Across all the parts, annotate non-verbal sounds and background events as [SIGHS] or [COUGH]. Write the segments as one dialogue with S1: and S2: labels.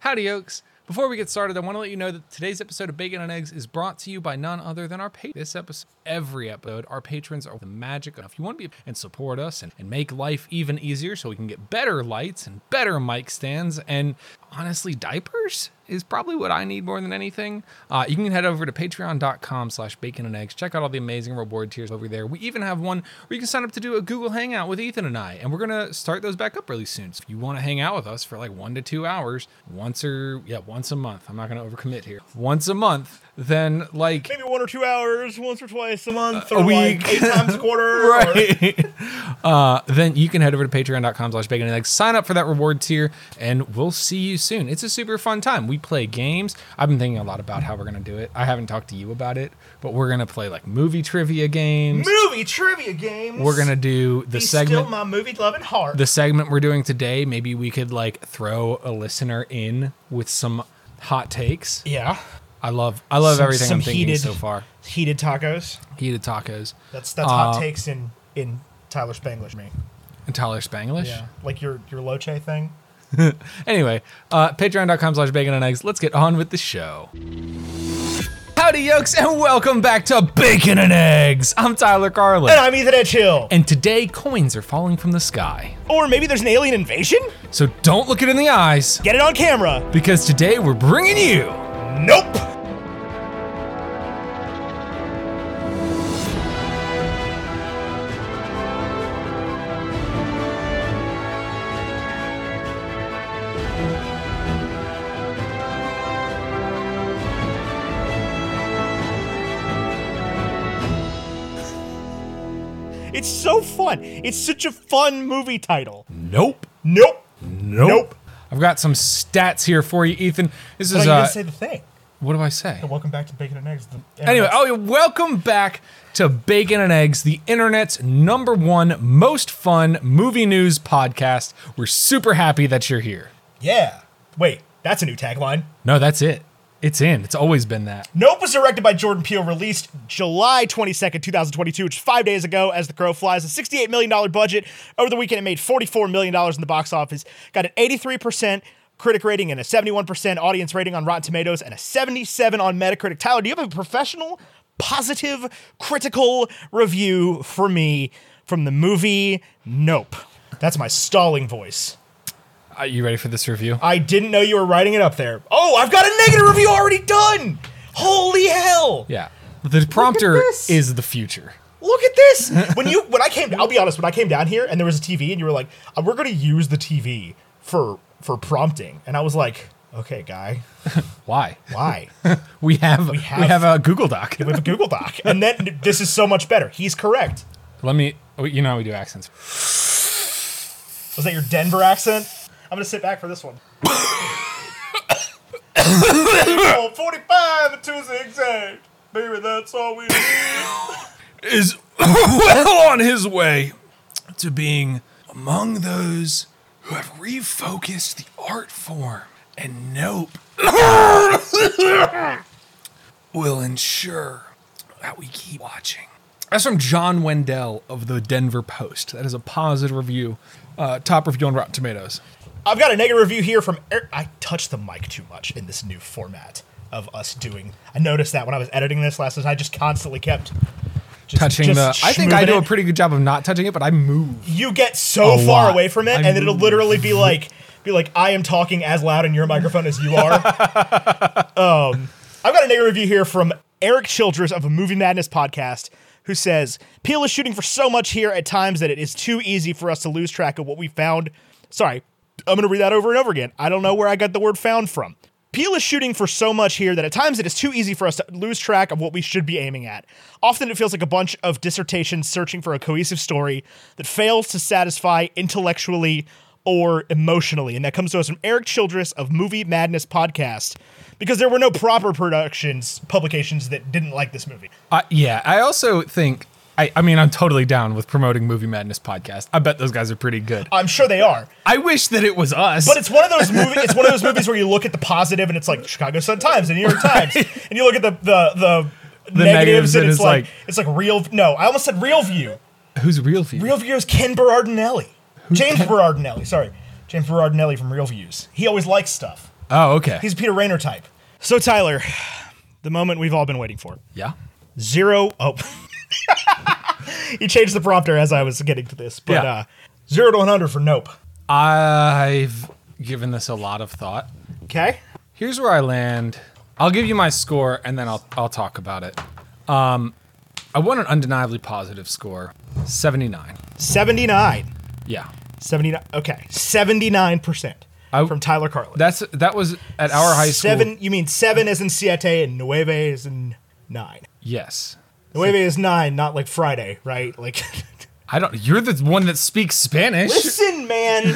S1: Howdy, Oaks. Before we get started, I want to let you know that today's episode of Bacon and Eggs is brought to you by none other than our patrons. This episode, every episode, our patrons are the magic. If you want to be and support us and, and make life even easier so we can get better lights and better mic stands and honestly, diapers is probably what I need more than anything. Uh, you can head over to patreon.com slash bacon and eggs. Check out all the amazing reward tiers over there. We even have one where you can sign up to do a Google Hangout with Ethan and I, and we're going to start those back up really soon. So if you want to hang out with us for like one to two hours, once or, yeah, once a month, I'm not going to overcommit here, once a month, then like,
S2: maybe one or two hours, once or twice a month,
S1: a
S2: or
S1: week.
S2: like eight
S1: [LAUGHS]
S2: times a quarter. Or,
S1: uh, then you can head over to patreon.com slash bacon and eggs sign up for that reward tier and we'll see you soon it's a super fun time we play games i've been thinking a lot about how we're going to do it i haven't talked to you about it but we're going to play like movie trivia games
S2: movie trivia games.
S1: we're going to do the
S2: be
S1: segment
S2: Still my movie loving heart.
S1: the segment we're doing today maybe we could like throw a listener in with some hot takes
S2: yeah.
S1: i love i love
S2: Some-
S1: everything
S2: some
S1: i'm thinking
S2: heated-
S1: so far
S2: Heated tacos.
S1: heated tacos
S2: That's
S1: Uh,
S2: that's hot takes in in Tyler Spanglish me.
S1: and tyler spanglish
S2: Yeah. Like your your Loche thing.
S1: Anyway, uh, patreon.com slash bacon and eggs. Let's get on with the show. Howdy, yokes, and welcome back to Bacon and Eggs. I'm Tyler Carlin.
S2: And I'm Ethan Edge Hill.
S1: And today, coins are falling from the sky.
S2: or maybe there's an alien invasion?
S1: So don't look it in the eyes,
S2: Get it on camera.
S1: because today we're bringing you.
S2: Nope. It's so fun. It's such a fun movie title.
S1: Nope.
S2: Nope.
S1: Nope.
S2: Nope.
S1: I've got some stats here for you, Ethan. This
S2: But
S1: is,
S2: I
S1: uh,
S2: didn't say the thing.
S1: what do I say?
S2: Welcome back to Bacon and Eggs. the-
S1: Anyway, oh, yeah, welcome back to Bacon and Eggs, the internet's number one most fun movie news podcast. We're super happy that you're here.
S2: Yeah. Wait, that's a new tagline.
S1: No, that's it. It's in. It's always been that.
S2: Nope was directed by Jordan Peele, released July 22nd, 2022, which is five days ago as the crow flies. A $68 million budget. Over the weekend, it made $44 million in the box office. Got an 83% critic rating and a 71% audience rating on Rotten Tomatoes and a 77 on Metacritic. Tyler, do you have a professional, positive, critical review for me from the movie Nope? That's my stalling voice.
S1: Are you ready for this review?
S2: I didn't know you were writing it up there. Oh, I've got a negative review already done. Holy hell.
S1: Yeah. The prompter
S2: this.
S1: is the future.
S2: Look at this. When you when I came I'll be honest, when I came down here and there was a TV and you were like, "Uh, "We're going to use the TV for for prompting." And I was like, "Okay, guy.
S1: Why?
S2: Why?" We
S1: We have we have,
S2: have-
S1: a Google Doc.
S2: have a Google Doc. And then this is so much better. He's correct.
S1: Let me. oh, You know how we do accents.
S2: Was that your Denver accent? I'm going to sit back for this one. [COUGHS] oh, 45 and two zigzag. Baby, that's all we need.
S1: Is [LAUGHS] well on his way to being among those who have refocused the art form, and Nope [LAUGHS] will ensure that we keep watching. That's from John Wendell of the Denver Post. That is a positive review, uh, top review on Rotten Tomatoes.
S2: I've got a negative review here from. Er- I touched the mic too much in this new format of us doing. I noticed that when I was editing this last night, I just constantly kept just,
S1: touching the.
S2: just
S1: I think I
S2: schmoovin'
S1: do a
S2: it.
S1: pretty good job of not touching it, but I move.
S2: You get so
S1: a
S2: far
S1: lot.
S2: away from it,
S1: I
S2: and then it'll
S1: move.
S2: literally be like, be like, I am talking as loud in your microphone as you
S1: [LAUGHS]
S2: are. um, I've got a negative review here from Eric Childress of a Movie Madness podcast. Who says Peel is shooting for so much here at times that it is too easy for us to lose track of what we found? Sorry, I'm going to read that over and over again. I don't know where I got the word found from. Peel is shooting for so much here that at times it is too easy for us to lose track of what we should be aiming at. Often it feels like a bunch of dissertations searching for a cohesive story that fails to satisfy intellectually or emotionally. And that comes to us from Eric Childress of Movie Madness Podcast because there were no proper productions, publications that didn't like this movie.
S1: Uh, yeah, I also think. I, I mean, I'm totally down with promoting Movie Madness podcast. I bet those guys are pretty good.
S2: I'm sure they are.
S1: I wish that it was us.
S2: But it's one of those movie. It's one of those movies where you look at the positive, and it's like Chicago Sun Times and New York Times, and you look at the the the, negatives, and it's like, it's like real. No, I almost said real view.
S1: who's real for you?
S2: Real view is Ken Berardinelli, James Berardinelli. Sorry, James Berardinelli from Real Views. He always likes stuff.
S1: Oh, okay.
S2: He's a Peter Rayner type. So Tyler, the moment we've all been waiting for.
S1: yeah.
S2: Zero oh [LAUGHS] He changed the prompter as I was getting to this, but
S1: Yeah.
S2: uh zero to one hundred for nope.
S1: I've given this a lot of thought.
S2: Okay?
S1: Here's where I land. I'll give you my score and then I'll I'll talk about it. Um, I want an undeniably positive score, 79.
S2: Seventy nine.
S1: Yeah,
S2: 79 okay 79%
S1: I-
S2: from tyler carlin
S1: that's that was at our high school.
S2: seven you mean seven as in siete and nueve is in nine
S1: Yes,
S2: nueve is nine not like friday right like [LAUGHS]
S1: I don't. You're the one that speaks Spanish.
S2: listen man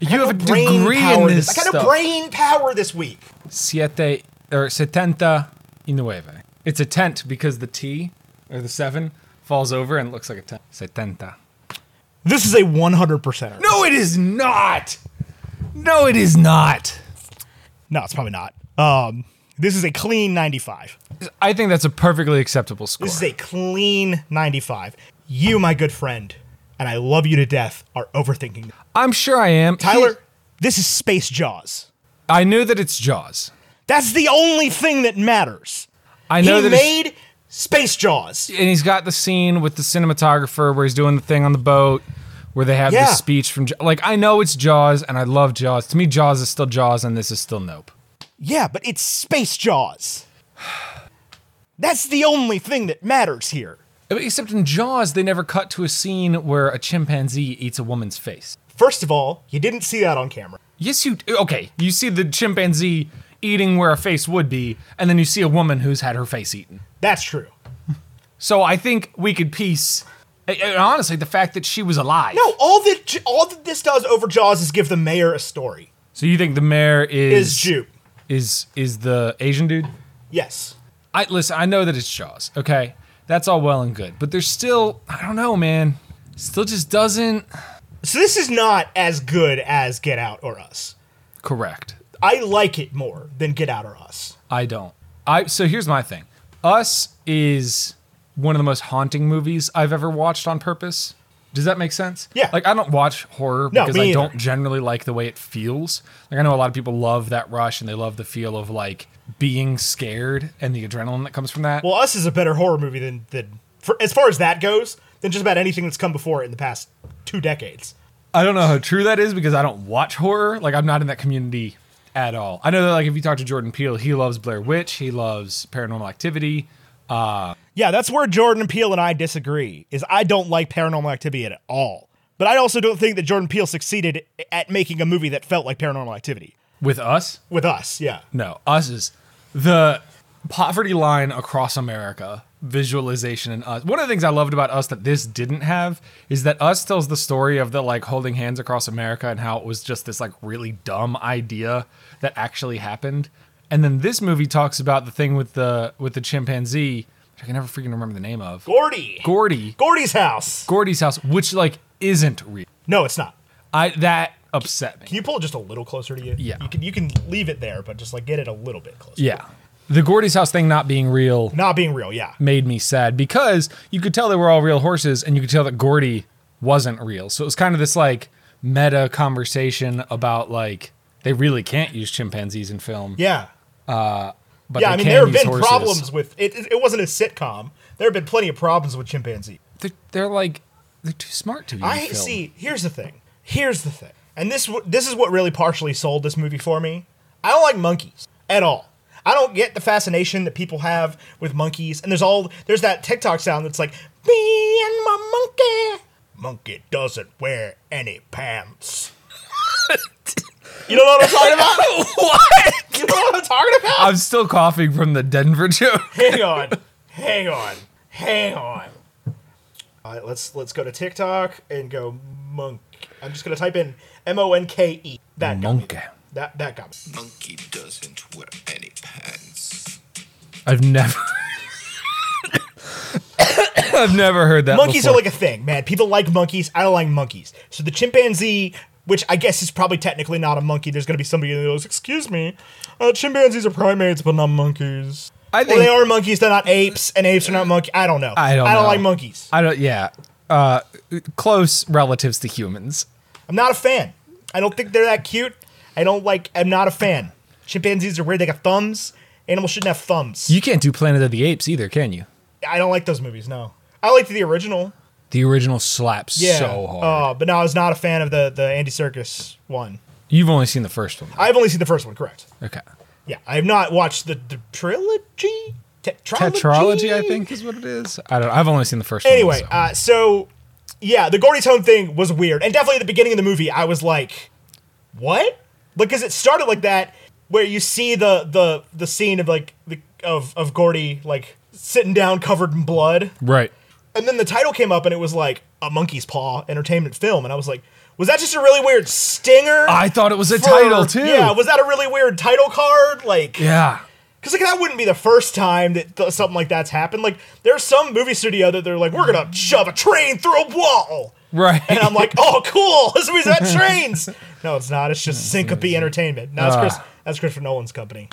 S1: you have a [LAUGHS]
S2: brain
S1: degree in
S2: power
S1: this
S2: i got
S1: stuff.
S2: a brain power this week
S1: Siete or setenta y nueve. It's a tent because the T or the seven falls over and it looks like a tent. Setenta.
S2: this is a 100%
S1: No, it is not. No, it is not.
S2: no it's probably not um this is a clean 95
S1: I think that's a perfectly acceptable score.
S2: this is a clean 95 you my good friend and i love you to death are overthinking
S1: I'm sure I am.
S2: tyler this is space jaws
S1: I know that it's Jaws.
S2: that's the only thing that matters
S1: I know
S2: he
S1: that it's-
S2: made Space Jaws.
S1: and he's got the scene with the cinematographer where he's doing the thing on the boat where they have
S2: Yeah.
S1: the speech from J- like I know it's Jaws and I love Jaws. To me Jaws is still Jaws and this is still Nope.
S2: Yeah, but it's Space Jaws. [SIGHS] That's the only thing that matters here.
S1: Except in Jaws they never cut to a scene where a chimpanzee eats a woman's face.
S2: First of all, you didn't see that on camera.
S1: Yes you okay, you see the chimpanzee eating where a face would be and then you see a woman who's had her face eaten.
S2: That's true.
S1: So I think we could piece and- and honestly the fact that she was alive.
S2: No, all that J- all that this does over Jaws is give the mayor a story.
S1: So you think the mayor is
S2: Is Jew?
S1: is is the Asian dude?
S2: Yes.
S1: I listen. I know that it's Jaws. Okay, that's all well and good, but there's still I don't know, man. Still just doesn't
S2: So this is not as good as Get Out or Us.
S1: correct.
S2: I like it more than Get Out or Us.
S1: I don't. I so here's my thing. Us is one of the most haunting movies I've ever watched on purpose. Does that make sense?
S2: Yeah.
S1: Like I don't watch horror
S2: No,
S1: because
S2: me
S1: I
S2: either.
S1: don't generally like the way it feels. Like I know a lot of people love that rush and they love the feel of like being scared and the adrenaline that comes from that.
S2: Well, Us is a better horror movie than than for, as far as that goes than just about anything that's come before it in the past two decades.
S1: I don't know how true that is because I don't watch horror. Like I'm not in that community at all. I know that like if you talk to Jordan Peele, he loves Blair Witch, he loves Paranormal Activity.
S2: Yeah, that's where Jordan Peele and I disagree. Is I don't like Paranormal Activity at all. But I also don't think that Jordan Peele succeeded at making a movie that felt like Paranormal Activity
S1: With us,
S2: with us. Yeah.
S1: no, us is the poverty line across America visualization in us. One of the things I loved about us that this didn't have is that us tells the story of the like holding hands across America and how it was just this like really dumb idea that actually happened. And then this movie talks about the thing with the with the chimpanzee, which I can never freaking remember the name of.
S2: Gordy.
S1: Gordy,
S2: Gordy's house.
S1: Gordy's house, which like isn't real.
S2: No, it's not.
S1: I that upset me.
S2: Can you pull it just a little closer to you?
S1: Yeah.
S2: You can you can leave it there, but just like get it a little bit closer.
S1: Yeah, the Gordy's house thing not being real
S2: Not being real, yeah.
S1: made me sad because you could tell they were all real horses, and you could tell that Gordy wasn't real. So it was kind of this like meta conversation about like they really can't use chimpanzees in film.
S2: Yeah.
S1: but
S2: yeah,
S1: they
S2: I mean
S1: can
S2: there have
S1: use
S2: been
S1: horses.
S2: problems with it it it wasn't a sitcom. There have been plenty of problems with chimpanzee.
S1: They're, they're like they're too smart to be. in
S2: I
S1: film.
S2: see. Here's the thing. Here's the thing. And this w- this is what really partially sold this movie for me. I don't like monkeys at all. I don't get the fascination that people have with monkeys. And there's all there's that TikTok sound that's like me and my monkey. Monkey doesn't wear any
S1: [LAUGHS]
S2: pants. you know what I'm talking about?
S1: what?
S2: You know what I'm talking about?
S1: I'm still coughing from the Denver [LAUGHS] joke.
S2: hang on, hang on, hang on. All right, let's let's go to TikTok and go monk. I'm just gonna type in M O N K E. That got me.
S1: Monkey.
S2: That that got me.
S3: Monkey doesn't wear any pants.
S1: I've never. I've never heard that.
S2: Monkeys
S1: before.
S2: are like a thing, man. People like monkeys. I don't like monkeys. So the chimpanzee, which I guess is probably technically not a monkey, there's gonna be somebody who goes, "Excuse me, uh, chimpanzees are primates, but not monkeys."
S1: I
S2: well, they
S1: think-
S2: are monkeys. They're not apes, and apes are not monkeys. I don't know.
S1: I don't
S2: I don't
S1: know.
S2: like monkeys.
S1: I don't. Yeah. Uh, close relatives to humans.
S2: I'm not a fan. I don't think they're that cute. I don't like. I'm not a fan. Chimpanzees are weird. They got thumbs. Animals shouldn't have thumbs.
S1: You can't do Planet of the Apes either, can you?
S2: I don't like those movies. No, I liked the original.
S1: The original slaps
S2: Yeah.
S1: so hard.
S2: Uh, but no, I was not a fan of the the Andy Circus one.
S1: You've only seen the first one.
S2: I've only seen the first one. Correct.
S1: Okay.
S2: Yeah, I have not watched the, the trilogy. Tetralogy?
S1: Tetralogy, I think, is what it is. I don't. I've only seen the first one.
S2: Anyway,
S1: so.
S2: uh, so yeah, the Gordy's home thing was weird, and definitely at the beginning of the movie, I was like, "What?" Because it started like that, where you see the the the scene of like the of of Gordy like sitting down covered in blood,
S1: right.
S2: and then the title came up, and it was like a monkey's paw entertainment film, and I was like, "Was that just a really weird stinger?"
S1: I thought it was a
S2: for-
S1: title too.
S2: Yeah, was that a really weird title card? Like,
S1: yeah.
S2: because like that wouldn't be the first time that th- something like that's happened. Like there's some movie studio that they're like, we're gonna shove a train through a wall,
S1: Right.
S2: and I'm like, oh cool, [LAUGHS] this movie's about trains. No, it's not. It's just Syncope Entertainment. No,
S1: Ah.
S2: that's Chris. That's Christopher Nolan's company.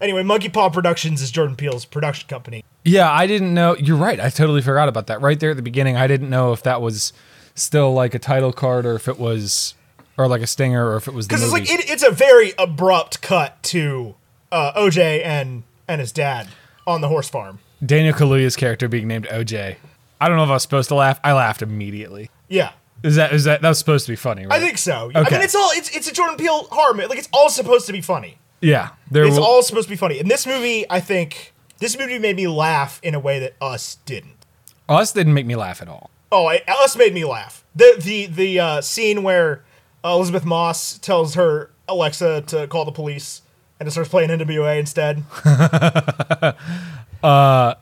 S2: Anyway, Monkey Paw Productions is Jordan Peele's production company.
S1: [LAUGHS] Yeah, I didn't know. You're right. I totally forgot about that. Right there at the beginning, I didn't know if that was still like a title card or if it was, or like a stinger or if it was the
S2: Because
S1: movie.
S2: it's like it, it's a very abrupt cut to uh, OJ and and his dad on the horse farm.
S1: Daniel Kaluuya's character being named OJ. I don't know if I was supposed to laugh. I laughed immediately.
S2: Yeah.
S1: Is that is that that was supposed to be funny? Right?
S2: I think so. I
S1: Okay.
S2: mean, it's all it's it's a Jordan Peele horror. mo- Like it's all supposed to be funny.
S1: Yeah, there
S2: It's
S1: will-
S2: all supposed to be funny. And this movie, I think, this movie made me laugh in a way that Us didn't.
S1: us didn't make me laugh at all.
S2: Oh, I, Us made me laugh. The the the uh, scene where uh, Elizabeth Moss tells her Alexa to call the police and it starts playing NWA instead.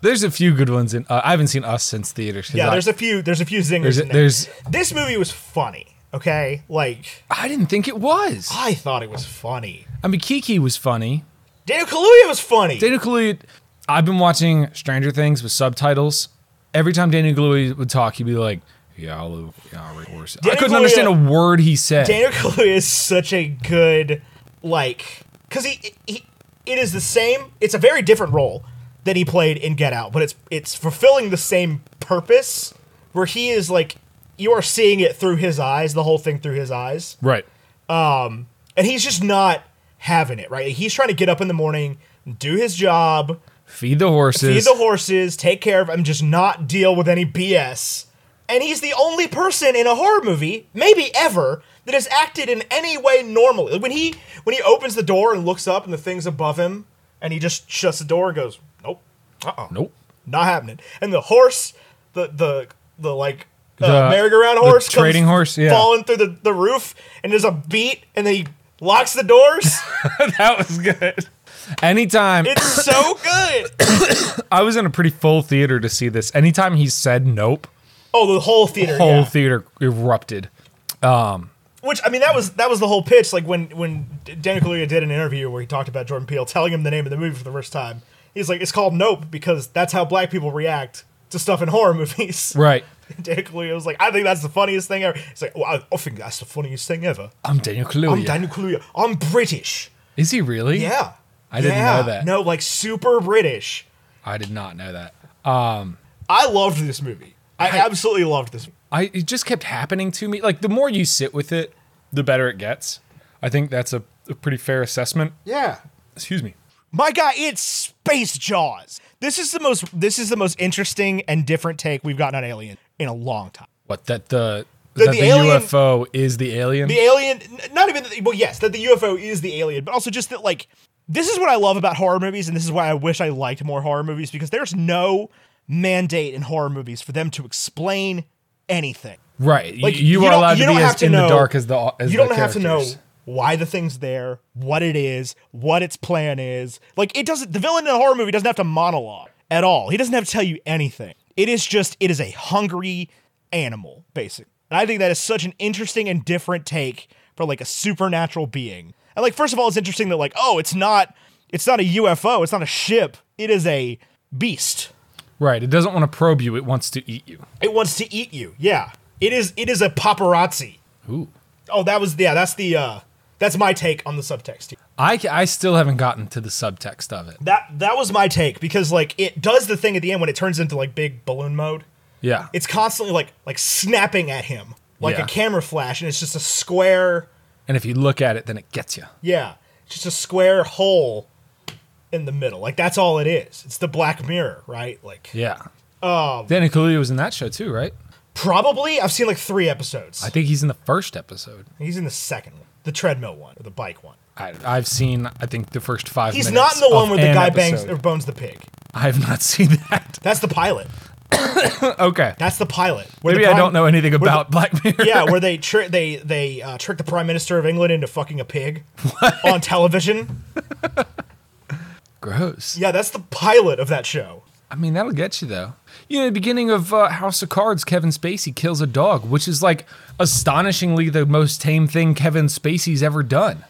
S1: There's a few good ones in. Uh, I haven't seen us since theaters. 'cause
S2: Yeah,
S1: I,
S2: there's a few there's a few zingers
S1: There's-
S2: in there.
S1: there's-
S2: This movie was funny. Okay, like
S1: I didn't think it was.
S2: I thought it was funny.
S1: I mean, Kiki was funny.
S2: Daniel Kaluuya was funny.
S1: Daniel Kaluuya. I've been watching Stranger Things with subtitles. Every time Daniel Kaluuya would talk, he'd be like, "Yeah, I'll, yeah, I'll record." I
S2: Daniel
S1: couldn't
S2: Kaluuya-
S1: understand a word he said.
S2: Daniel Kaluuya is such a good like because he, he it is the same. It's a very different role than he played in Get Out, but it's it's fulfilling the same purpose where he is like you are seeing it through his eyes, the whole thing through his eyes,
S1: right.
S2: and he's just not having it. Right, he's trying to get up in the morning, do his job,
S1: Feed the horses. [LAUGHS]
S2: feed the horses, take care of them, just not deal with any BS. And he's the only person in a horror movie, maybe ever, that has acted in any way normally. When he when he opens the door and looks up and the thing's above him, and he just shuts the door and goes, "Nope, uh-uh,
S1: nope. [LAUGHS]
S2: not happening." And the horse, the the the like uh,
S1: The-
S2: merry-go-round
S1: the
S2: horse, comes
S1: trading horse, yeah.
S2: falling through the the roof, and there's a beat, and then he locks
S1: [COUGHS]
S2: the doors.
S1: that was good. Anytime
S2: it's so good.
S1: I was in a pretty full theater to see this. Anytime he said nope,
S2: Oh, the whole theater,
S1: whole
S2: yeah.
S1: theater erupted.
S2: Which I mean, that was that was the whole pitch. Like when when Daniel Kaluuya did an interview where he talked about Jordan Peele telling him the name of the movie for the first time. He's like, "It's called Nope because that's how black people react to stuff in horror [LAUGHS] movies."
S1: Right.
S2: Daniel Kaluuya was like, "I think that's the funniest thing ever." He's like, well, I, "I think that's the funniest thing ever."
S1: I'm Daniel Kaluuya.
S2: I'm Daniel Kaluuya. I'm British.
S1: Is he really?
S2: Yeah.
S1: I didn't
S2: Yeah.
S1: know that.
S2: No, like super British.
S1: I did not know that.
S2: I loved this movie. I, absolutely loved this.
S1: I it just kept happening to me. Like the more you sit with it, the better it gets. I think that's a, a pretty fair assessment.
S2: Yeah.
S1: Excuse me.
S2: My guy, it's Space Jaws. This is the most this is the most interesting and different take we've gotten on Alien in a long time.
S1: What that the
S2: The-
S1: that
S2: the
S1: the,
S2: alien-
S1: UFO is the alien?
S2: The alien, n- not even that- well, yes, that the UFO is the alien, but also just that like this is what I love about horror movies, and this is why I wish I liked more horror movies because there's no mandate in horror movies for them to explain anything.
S1: right. You-
S2: Like,
S1: you, are
S2: don't-
S1: allowed to
S2: don't
S1: be
S2: have
S1: as
S2: to
S1: in
S2: know-
S1: the dark as the as
S2: you
S1: the
S2: don't have to know
S1: characters.
S2: why the thing's there, what it is, what its plan is. Like it doesn't. The villain in a horror movie doesn't have to monologue at all. He doesn't have to tell you anything. It is just it is a hungry animal, basically. And I think that is such an interesting and different take for like a supernatural being. And like first of all, it's interesting that like oh, it's not it's not a UFO, it's not a ship, it is a beast.
S1: Right. It doesn't want to probe you. It wants to eat you.
S2: It wants to eat you. Yeah, it is it is a paparazzi.
S1: Ooh.
S2: Oh, that was yeah. That's the uh, that's my take on the subtext. Here.
S1: I ca- I still haven't gotten to the subtext of it.
S2: That that was my take because like it does the thing at the end when it turns into like big balloon mode.
S1: Yeah.
S2: It's constantly like like snapping at him like
S1: Yeah.
S2: a camera flash, and it's just a square
S1: And if you look at it, then it gets you.
S2: Yeah, just a square hole in the middle. Like that's all it is. It's the Black Mirror, right? Like
S1: Yeah. Oh. Danny Kaluuya was in that show too, right?
S2: probably I've seen like three episodes.
S1: I think he's in the first episode.
S2: He's in the second one, the treadmill one or the bike one.
S1: I, I've seen, I think, the first five.
S2: He's not
S1: minutes
S2: in the one
S1: of
S2: where the
S1: an
S2: guy bangs
S1: episode.
S2: or bones the pig.
S1: I have not [LAUGHS] seen that.
S2: That's the pilot.
S1: okay.
S2: That's the pilot. Where the
S1: Maybe I
S2: prime-
S1: don't know anything
S2: the-
S1: about Black Mirror.
S2: [LAUGHS] yeah, where they tri- they they uh, trick the prime minister of England into fucking a pig on television.
S1: Gross.
S2: Yeah, that's the pilot of that show.
S1: I mean, that'll get you though. You know, the beginning of uh, House of Cards, Kevin Spacey kills a dog, which is like astonishingly the most tame thing Kevin Spacey's ever done.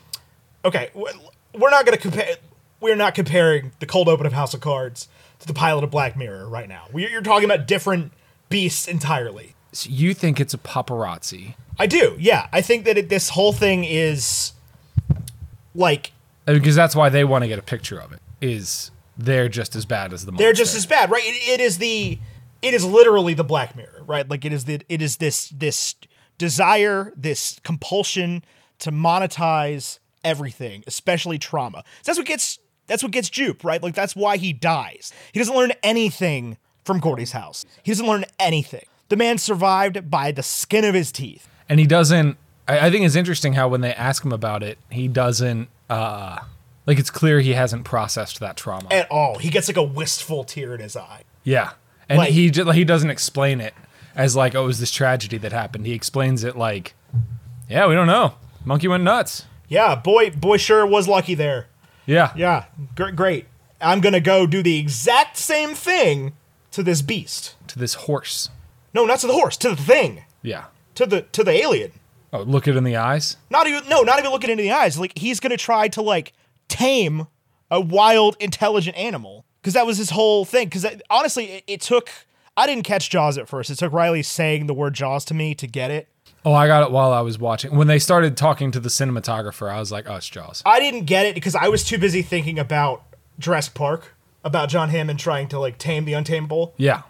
S2: Okay, w- we're not gonna compare. We're not comparing the cold open of House of Cards to the pilot of Black Mirror right now. We- You're talking about different beasts entirely.
S1: So you think it's a paparazzi?
S2: I do. Yeah, I think that it, this whole thing is like
S1: Because that's why they want to get a picture of it. Is they're just as bad as the monster.
S2: they're just as bad, right? It, it is the it is literally the Black Mirror, right? Like it is the it is this this desire, this compulsion to monetize everything, especially trauma. So that's what gets that's what gets Jupe, right? Like that's why he dies. He doesn't learn anything from Gordy's house. He doesn't learn anything. The man survived by the skin of his teeth.
S1: and he doesn't. I, I think it's interesting how when they ask him about it, he doesn't. uh Like it's clear he hasn't processed that trauma.
S2: At all. He gets like a wistful tear in his eye.
S1: Yeah, and
S2: Like-
S1: he ju- like, he doesn't explain it as like oh it was this tragedy that happened. He explains it like, yeah, we don't know. Monkey went nuts.
S2: Yeah, boy boy sure was lucky there.
S1: Yeah,
S2: Yeah, gr- great. I'm gonna go do the exact same thing to this beast.
S1: to this horse.
S2: No, not to the horse, to the thing,
S1: Yeah.
S2: to the to the alien.
S1: Oh, look it in the eyes.
S2: Not even no, not even looking into the eyes. Like he's gonna try to like tame a wild, intelligent animal because that was his whole thing. Because honestly, it, it took. I didn't catch Jaws at first. It took Riley saying the word Jaws to me to get it.
S1: Oh, I got it while I was watching. When they started talking to the cinematographer, I was like, oh, it's Jaws.
S2: I didn't get it because I was too busy thinking about Jurassic Park, about John Hammond trying to like tame the untamable.
S1: Yeah.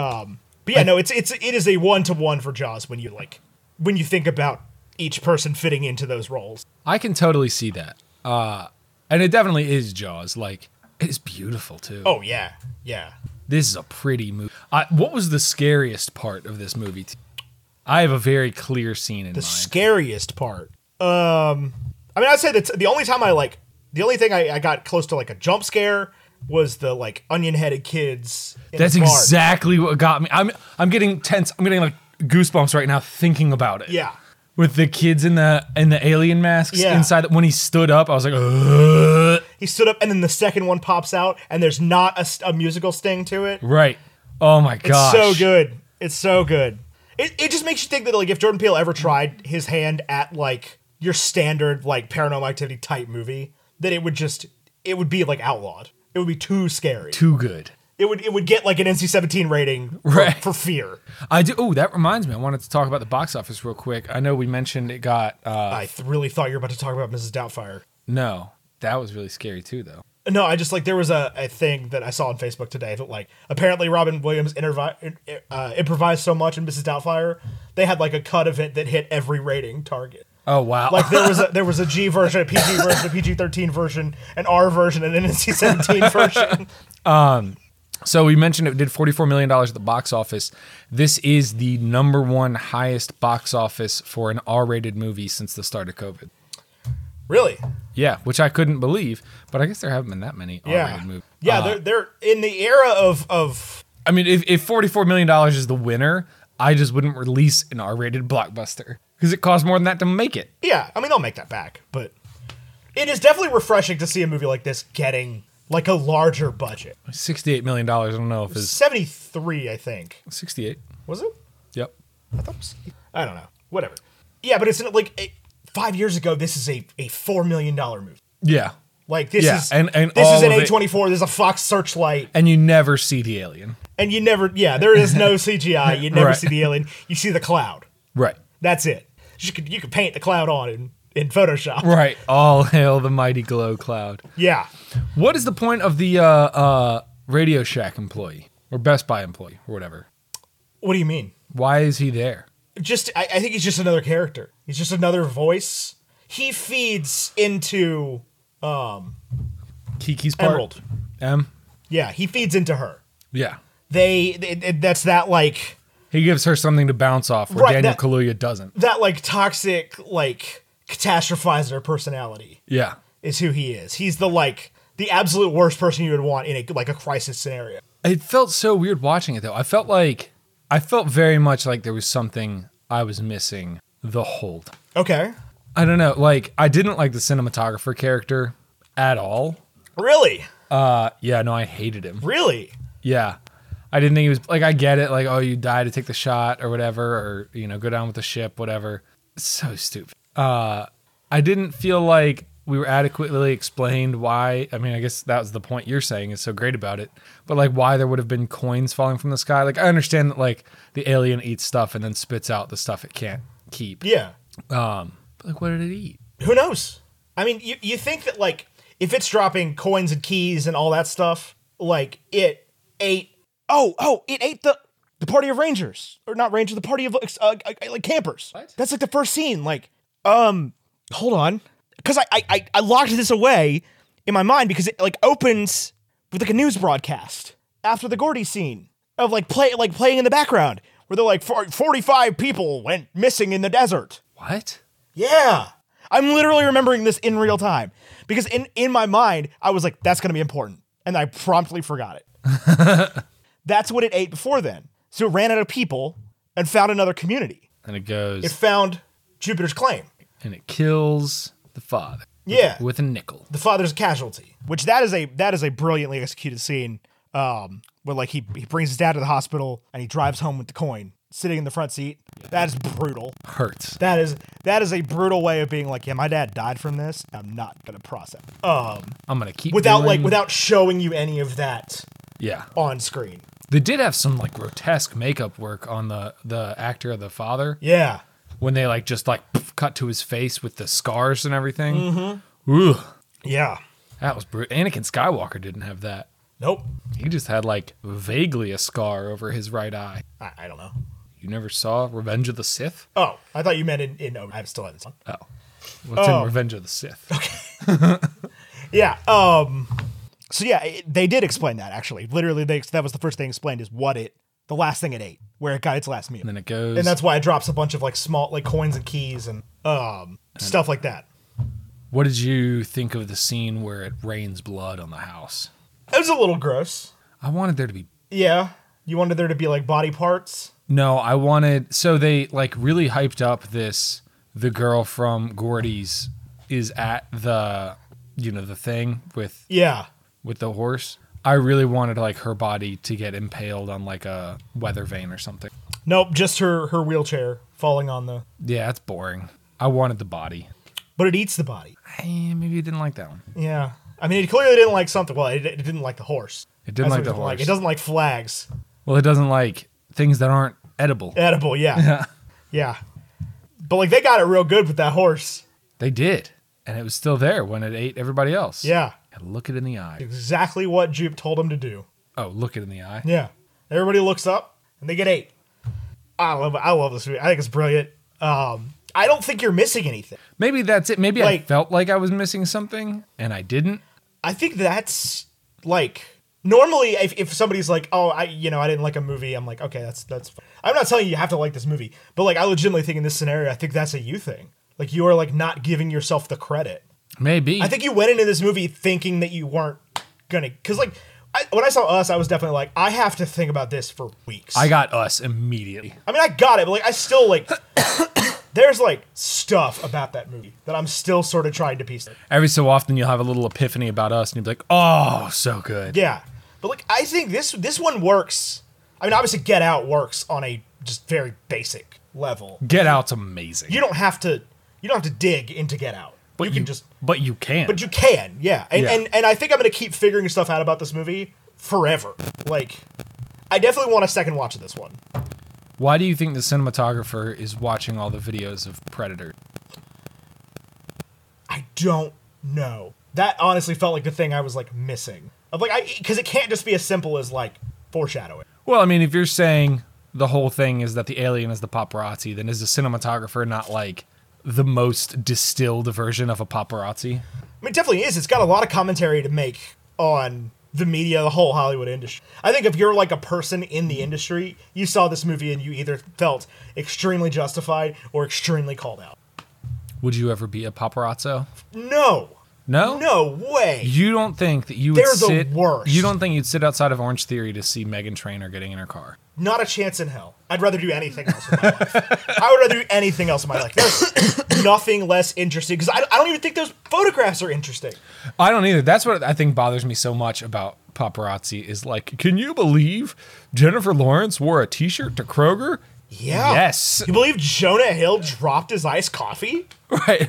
S2: But yeah, no, it's it's it is a one to one for Jaws when you like when you think about each person fitting into those roles.
S1: I can totally see that. Uh, and it definitely is Jaws. Like, it's beautiful too.
S2: Oh yeah, yeah.
S1: This is a pretty movie. I, what was the scariest part of this movie? to- I have a very clear scene in
S2: The
S1: mind.
S2: scariest part. Um, I mean, I'd say that the only time I like the only thing I, I got close to like a jump scare was the like onion headed kids. in
S1: That's
S2: the bar.
S1: exactly what got me. I'm I'm getting tense. I'm getting like goosebumps right now thinking about it.
S2: Yeah.
S1: With the kids in the in the alien masks
S2: Yeah.
S1: inside when he stood up, I was like, "Ugh."
S2: He stood up, and then the second one pops out, and there's not a, st- a musical sting to it.
S1: right. Oh my gosh.
S2: so good. It's so good. It, it just makes you think that like if Jordan Peele ever tried his hand at like your standard like paranormal activity type movie, that it would just it would be like outlawed. It would be too scary.
S1: Too good.
S2: It would it would get like an NC-17 rating for,
S1: [LAUGHS] Right.
S2: for fear.
S1: I do. Oh, that reminds me. I wanted to talk about the box office real quick. I know we mentioned it got. uh
S2: I th- really thought you were about to talk about Mrs. Doubtfire.
S1: No, that was really scary too, though.
S2: No, I just like there was a, a thing that I saw on Facebook today that like apparently Robin Williams intervi- uh, improvised so much in Mrs. Doubtfire, they had like a cut of it that hit every rating target.
S1: Oh wow.
S2: Like there was a there was a G version, a PG version, a PG thirteen version, an R version, and an NC seventeen version.
S1: So we mentioned it did $44 million at the box office. This is the number one highest box office for an R rated movie since the start of COVID.
S2: Really?
S1: Yeah, which I couldn't believe, but I guess there haven't been that many R rated
S2: Yeah.
S1: movies.
S2: Yeah,
S1: Uh,
S2: they're they're in the era of of
S1: I mean, if, if $44 million is the winner, I just wouldn't release an R rated blockbuster because it costs more than that to make it.
S2: yeah, I mean they'll make that back, but it is definitely refreshing to see a movie like this getting like a larger budget.
S1: $68 million. I don't know if it's
S2: Seventy three, I think.
S1: 68.
S2: Was it?
S1: Yep.
S2: I thought it was I don't know. Whatever. Yeah, but it's like eh, five years ago this is a, a four million dollar movie.
S1: Yeah.
S2: Like this
S1: Yeah,
S2: is
S1: and- and
S2: this is
S1: all
S2: an
S1: of it-
S2: A twenty four, there's a Fox searchlight.
S1: And you never see the alien.
S2: and you never yeah there
S1: [LAUGHS]
S2: is no cgi you never
S1: Right.
S2: see the alien you see the cloud
S1: Right.
S2: that's it you could you could paint the cloud on in, in photoshop
S1: Right. All [LAUGHS] hail the mighty glow cloud.
S2: yeah
S1: What is the point of the uh, uh, Radio Shack employee or Best Buy employee or whatever?
S2: what do you mean
S1: Why is he there?
S2: just i, I think he's just another character he's just another voice he feeds into
S1: Kiki's part.
S2: Emerald.
S1: M.
S2: Yeah, he feeds into her.
S1: Yeah.
S2: They it, it- that's that like
S1: He gives her something to bounce off where
S2: Right,
S1: Daniel
S2: that-
S1: Kaluuya doesn't.
S2: that like toxic like catastrophizer personality
S1: Yeah.
S2: is who he is. He's the like the absolute worst person you would want in a like a crisis scenario.
S1: It felt so weird watching it though. I felt like I felt very much like there was something I was missing the whole time.
S2: Okay.
S1: I don't know. Like I didn't like the cinematographer character at all.
S2: Really?
S1: Uh yeah, no, I hated him.
S2: Really?
S1: Yeah. I didn't think he was like I get it, like, oh you die to take the shot or whatever, or you know, go down with the ship, whatever. So stupid. Uh I didn't feel like we were adequately explained why I mean, I guess that was the point you're saying is so great about it. But like why there would have been coins falling from the sky. Like I understand that like the alien eats stuff and then spits out the stuff it can't keep.
S2: Yeah.
S1: Um but like what did it eat?
S2: Who knows? I mean, you you think that like if it's dropping coins and keys and all that stuff, like it ate Oh, oh, it ate the the party of rangers or not rangers, the party of uh, uh, like campers.
S1: What?
S2: That's like the first scene like um hold on cuz I, I I I locked this away in my mind because it like opens with like a news broadcast after the Gordy scene of like play like playing in the background where they're like "For- 45 people went missing in the desert.
S1: What?
S2: Yeah. I'm literally remembering this in real time because in, in my mind, I was like, that's going to be important. And I promptly forgot it. that's what it ate before then. So it ran out of people and found another community.
S1: And it goes
S2: It found Jupiter's claim.
S1: and it kills the father.
S2: Yeah.
S1: With a nickel.
S2: The father's a casualty, which that is a that is a brilliantly executed scene. Um, where like he, he brings his dad to the hospital and he drives home with the coin sitting in the front seat. That is brutal.
S1: Hurts.
S2: That is that is a brutal way of being like, yeah, my dad died from this. I'm not gonna process. it." Um,
S1: I'm gonna keep
S2: without like
S1: doing-
S2: without showing you any of that
S1: Yeah.
S2: on screen.
S1: They did have some like grotesque makeup work on the the actor of the father
S2: Yeah.
S1: when they like just like poof, cut to his face with the scars and everything. Mm-hmm. Ooh,
S2: Yeah.
S1: that was brutal. Anakin Skywalker didn't have that.
S2: Nope.
S1: He just had like vaguely a scar over his right eye.
S2: I, I don't know.
S1: You never saw Revenge of the Sith?
S2: Oh, I thought you meant in, in oh, I still haven't seen.
S1: Oh, what's in Revenge of the Sith?
S2: Yeah. Um. So yeah, it, they did explain that actually. Literally, they that was the first thing explained is what it, the last thing it ate, where it got its last meal,
S1: And then it goes.
S2: and that's why it drops a bunch of like small like coins and keys and um stuff like that.
S1: what did you think of the scene where it rains blood on the house?
S2: It was a little gross.
S1: I wanted there to be
S2: Yeah. You wanted there to be like body parts.
S1: No, I wanted so they like really hyped up this the girl from Gordy's is at the you know the thing with
S2: Yeah.
S1: with the horse. I really wanted like her body to get impaled on like a weather vane or something.
S2: Nope. Just her her wheelchair falling on the.
S1: Yeah, that's boring. I wanted the body.
S2: But it eats the body.
S1: Eh, maybe you didn't like that one.
S2: Yeah. I mean, it clearly didn't like something. Well, it, it didn't like the horse.
S1: It didn't
S2: That's
S1: like
S2: what
S1: the horse.
S2: It doesn't like flags.
S1: Well, it doesn't like things that aren't edible.
S2: Edible,
S1: [LAUGHS]
S2: yeah. Yeah. But, like, they got it real good with that horse.
S1: They did, and it was still there when it ate everybody else.
S2: Yeah.
S1: And look it in the eye.
S2: Exactly what Jupe told him to do.
S1: Oh, look it in the eye.
S2: Yeah. Everybody looks up and they get eight. I love it. I love this movie. I think it's brilliant. Um, I don't think you're missing anything.
S1: Maybe that's it. Maybe I
S2: Like-
S1: felt like I was missing something and I didn't.
S2: I think that's like normally if, if somebody's like, oh, I you know I didn't like a movie, I'm like, okay, that's that's. Fine. I'm not telling you you have to like this movie, but like I legitimately think in this scenario, I think that's a you thing. Like you are like not giving yourself the credit.
S1: Maybe.
S2: I think you went into this movie thinking that you weren't gonna, cause like I, when I saw Us, I was definitely like, I have to think about this for weeks.
S1: I got us immediately.
S2: I mean, I got it, but like I still like. [COUGHS] There's like stuff about that movie that I'm still sort of trying to piece.
S1: Every so often, you'll have a little epiphany about us, and you'll be like, "Oh, so good."
S2: Yeah, but like I think this this one works. I mean, obviously, Get Out works on a just very basic level.
S1: Get Out's amazing.
S2: You don't have to you don't have to dig into Get Out.
S1: but
S2: you can just
S1: but you can.
S2: but you can yeah. And,
S1: Yeah.
S2: and and I think I'm gonna keep figuring stuff out about this movie forever. Like, I definitely want a second watch of this one.
S1: Why do you think the cinematographer is watching all the videos of Predator?
S2: I don't know. That honestly felt like the thing I was like missing. Of like I because it can't just be as simple as like foreshadowing.
S1: Well, I mean, if you're saying the whole thing is that the alien is the paparazzi, then is the cinematographer not like the most distilled version of a paparazzi.
S2: I mean, it definitely is. It's got a lot of commentary to make on the media, the whole Hollywood industry. I think if you're like a person in the industry, you saw this movie and you either felt extremely justified or extremely called out.
S1: Would you ever be a paparazzo?
S2: No,
S1: No?
S2: no way.
S1: You don't think that you would
S2: They're the
S1: sit
S2: worst.
S1: You don't think you'd sit outside of Orange Theory to see Megan Trainor getting in her car.
S2: Not a chance in hell. I'd rather do anything else in my life. I would rather do anything else in my life. There's [COUGHS] nothing less interesting because I, I don't even think those photographs are interesting.
S1: I don't either. That's what I think bothers me so much about paparazzi is like, can you believe Jennifer Lawrence wore a t-shirt to Kroger? [LAUGHS]
S2: Yeah.
S1: Yes.
S2: You believe Jonah Hill dropped his iced coffee?
S1: Right.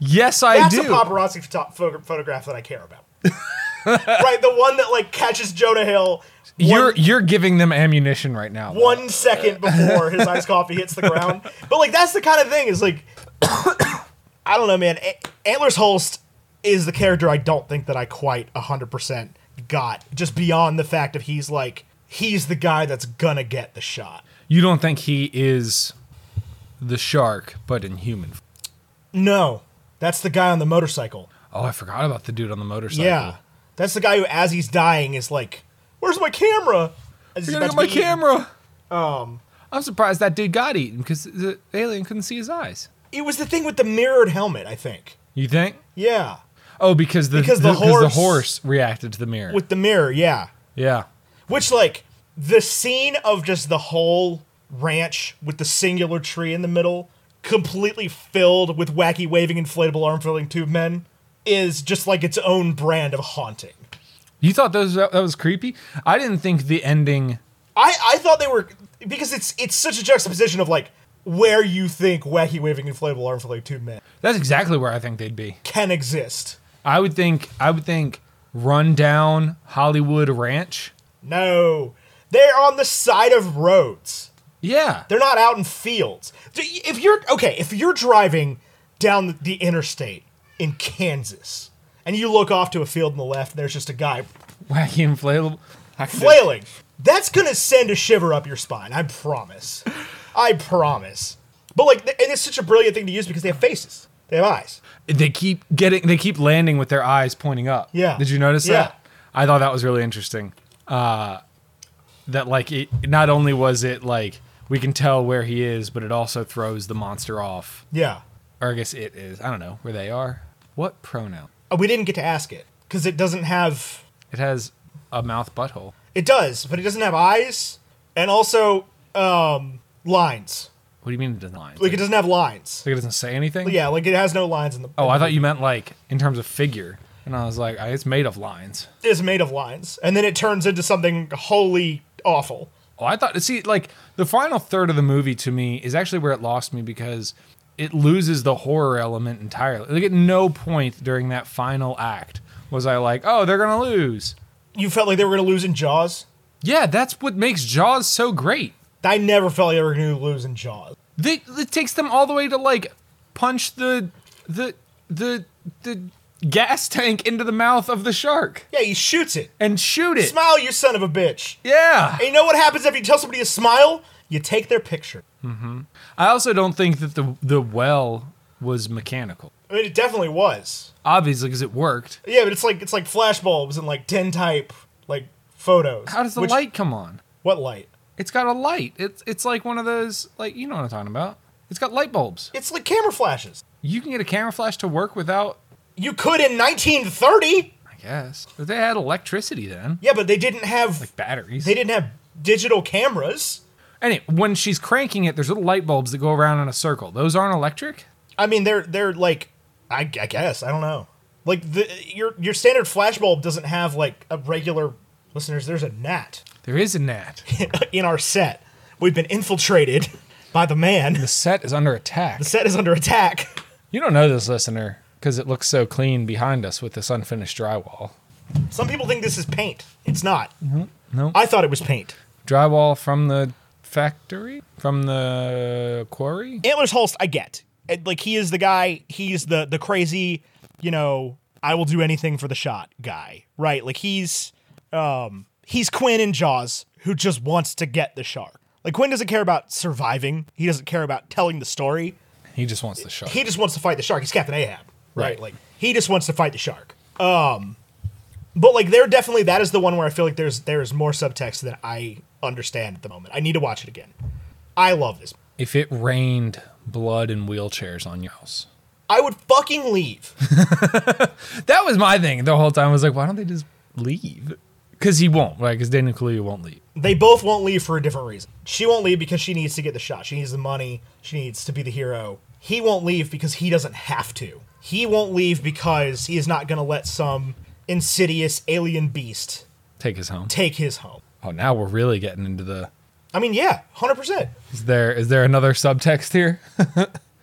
S1: Yes, I
S2: That's
S1: do.
S2: a paparazzi photo- photo- photograph that I care about. [LAUGHS] right, the one that like catches Jonah Hill one,
S1: you're you're giving them ammunition right now. though.
S2: one second before his iced coffee hits the ground. But like that's the kind of thing is like [COUGHS] I don't know, man. A- Antlers Holst is the character I don't think that I quite 100% got just beyond the fact of he's like he's the guy that's gonna get the shot.
S1: You don't think he is the shark, but in human. f-
S2: No. That's the guy on the motorcycle.
S1: Oh, I forgot about the dude on the motorcycle.
S2: Yeah. That's the guy who, as he's dying, is like, Where's my camera? As he's
S1: You're
S2: about
S1: gonna
S2: to
S1: get my
S2: be eaten.
S1: camera. Um, I'm surprised that dude got eaten because the alien couldn't see his eyes.
S2: It was the thing with the mirrored helmet, I think.
S1: You think?
S2: Yeah.
S1: Oh, because the
S2: Because the
S1: because
S2: horse-
S1: horse reacted to the mirror.
S2: With the mirror, yeah.
S1: yeah.
S2: Which, like, the scene of just the whole ranch with the singular tree in the middle, completely filled with wacky waving inflatable arm filling tube men, is just like its own brand of haunting.
S1: You thought those that was creepy? I didn't think the ending.
S2: I, I thought they were because it's it's such a juxtaposition of like where you think wacky waving inflatable arm filling tube men
S1: That's exactly where I think they'd be.
S2: can exist.
S1: I would think. I would think. Rundown Hollywood Ranch.
S2: No, they're on the side of roads.
S1: Yeah.
S2: They're not out in fields. Do- If you're okay, if you're driving down the- the interstate in Kansas and you look off to a field on the left, and there's just a guy
S1: Wacky inflatable. I could-
S2: flailing. That's gonna send a shiver up your spine. I promise. I promise. But like, th- and it's such a brilliant thing to use because they have faces. They have eyes.
S1: They keep getting. They keep landing with their eyes pointing up.
S2: Yeah.
S1: Did you notice
S2: Yeah.
S1: that? I thought that was really interesting. Uh, that like it. Not only was it like we can tell where he is, but it also throws the monster off.
S2: Yeah.
S1: Or I guess it is. I don't know where they are. What pronoun?
S2: Uh, We didn't get to ask it because it doesn't have.
S1: It has a mouth butthole.
S2: It does, but it doesn't have eyes and also um, lines.
S1: What do you mean it doesn't line?
S2: Like it doesn't have lines.
S1: Like it doesn't say anything?
S2: Yeah, like it has no lines in the.
S1: Oh, I thought you meant like in terms of figure. And I was like, I- it's made of lines.
S2: It's made of lines, and then it turns into something wholly awful.
S1: Oh, I thought, see, like the final third of the movie to me is actually where it lost me because it loses the horror element entirely. Like at no point during that final act was I like, oh, they're going to lose.
S2: You felt like they were gonna lose in Jaws.
S1: Yeah, that's what makes Jaws so great.
S2: I never felt like they were gonna lose in Jaws.
S1: They, it takes them all the way to like punch the, the, the, the gas tank into the mouth of the shark
S2: Yeah, he shoots it.
S1: and shoot it.
S2: Smile, you son of a bitch.
S1: Yeah.
S2: And you know what happens if you tell somebody to smile? You take their picture.
S1: I also don't think that the the well was mechanical.
S2: I mean, it definitely was.
S1: Obviously, because it worked.
S2: Yeah, but it's like it's like flashbulbs and like ten type like photos.
S1: How does the
S2: Which-
S1: light come on?
S2: What light?
S1: It's got a light. It's it's like one of those like you know what I'm talking about. It's got light bulbs.
S2: It's like camera flashes.
S1: You can get a camera flash to work without.
S2: You could in 1930.
S1: I guess but they had electricity then,
S2: Yeah, but they didn't have
S1: like batteries.
S2: they didn't have digital cameras.
S1: Anyway, when she's cranking it, there's little light bulbs that go around in a circle. Those aren't electric.
S2: I mean, they're they're like, I, I guess I don't know. Like the your your standard flashbulb doesn't have like a regular listeners. There's a gnat [LAUGHS]
S1: There is a gnat.
S2: in our set. We've been infiltrated by the man.
S1: the set is under attack.
S2: The set is under attack.
S1: You don't know this, listener, because it looks so clean behind us with this unfinished drywall.
S2: Some people think this is paint. It's not.
S1: no.
S2: I thought it was paint.
S1: drywall from the factory from the quarry
S2: Antlers Holst, I get. And, Like he is the guy. He's the the crazy, you know, I will do anything for the shot guy, right? Like he's um he's Quinn in Jaws who just wants to get the shark. Like Quinn doesn't care about surviving. He doesn't care about telling the story.
S1: He just wants the shark.
S2: he just wants to fight the shark. He's Captain Ahab, right?
S1: Right.
S2: Like he just wants to fight the shark. Um, but like they're definitely that is the one where I feel like there's there's more subtext than I understand at the moment. I need to watch it again. I love this.
S1: if it rained blood and wheelchairs on your house.
S2: I would fucking leave.
S1: That was my thing the whole time. I was like, why don't they just leave? Because he won't, right? Because Daniel Kaluuya won't leave.
S2: they both won't leave for a different reason. She won't leave because she needs to get the shot. She needs the money. She needs to be the hero. He won't leave because he doesn't have to. He won't leave because he is not going to let some insidious alien beast
S1: Take us home.
S2: take his home.
S1: Oh, now we're really getting into the.
S2: I mean, yeah, 100%.
S1: Is there is there another subtext here?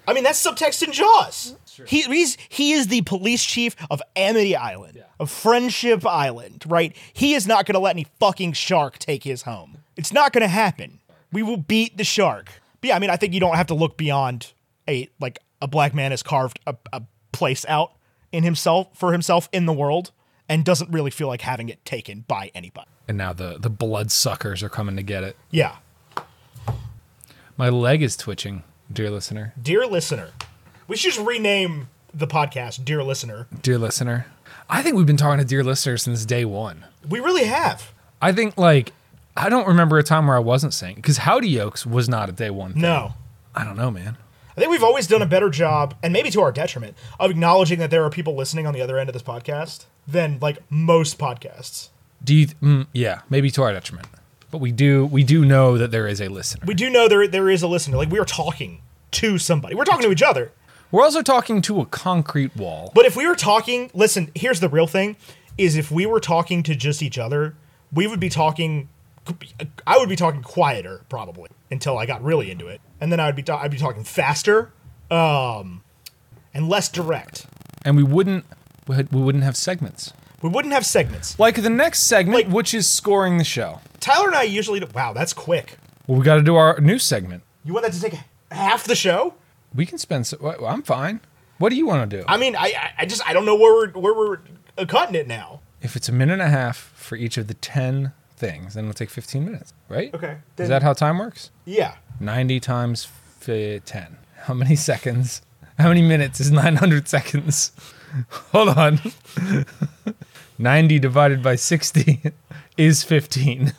S2: I mean, that's subtext in Jaws. He, he's, he is the police chief of Amity Island, of Friendship Island, right? He is not going to let any fucking shark take his home. It's not going to happen. We will beat the shark. But yeah, I mean, I think you don't have to look beyond a like a black man has carved a, a place out in himself for himself in the world and doesn't really feel like having it taken by anybody.
S1: and now the the bloodsuckers are coming to get it.
S2: Yeah,
S1: My leg is twitching, dear listener.
S2: dear listener, we should just rename the podcast "Dear Listener."
S1: Dear listener. I think we've been talking to dear listeners since day one.
S2: We really have.
S1: I think like I don't remember a time where I wasn't saying because Howdy Yokes was not a day one. Thing.
S2: No.
S1: I don't know, man.
S2: I think we've always done a better job, and maybe to our detriment, of acknowledging that there are people listening on the other end of this podcast than like most podcasts.
S1: Do you? Mm, yeah, maybe to our detriment, but we do we do know that there is a listener.
S2: We do know there there is a listener. Like we are talking to somebody. We're talking to each other.
S1: We're also talking to a concrete wall.
S2: But if we were talking, listen, here's the real thing is if we were talking to just each other, we would be talking I would be talking quieter probably until I got really into it. And then I would be ta- I'd be talking faster um and less direct.
S1: and we wouldn't we had- we wouldn't have segments
S2: We wouldn't have segments.
S1: like the next segment
S2: Like-
S1: which is scoring the show
S2: Tyler and I usually do, wow, that's quick.
S1: well we got to do our new segment
S2: You want that to take half the show?
S1: we can spend so, well, i'm fine what do you want to do
S2: I mean, I- I I just I don't know where we're where we're uh, cutting it now.
S1: if it's a minute and a half for each of the 10 things then it'll take 15 minutes right
S2: Okay,
S1: is
S2: then-
S1: that how time works
S2: Yeah.
S1: 90 times f- 10 how many seconds how many minutes is 900 seconds [LAUGHS] hold on [LAUGHS] 90 divided by 60 is 15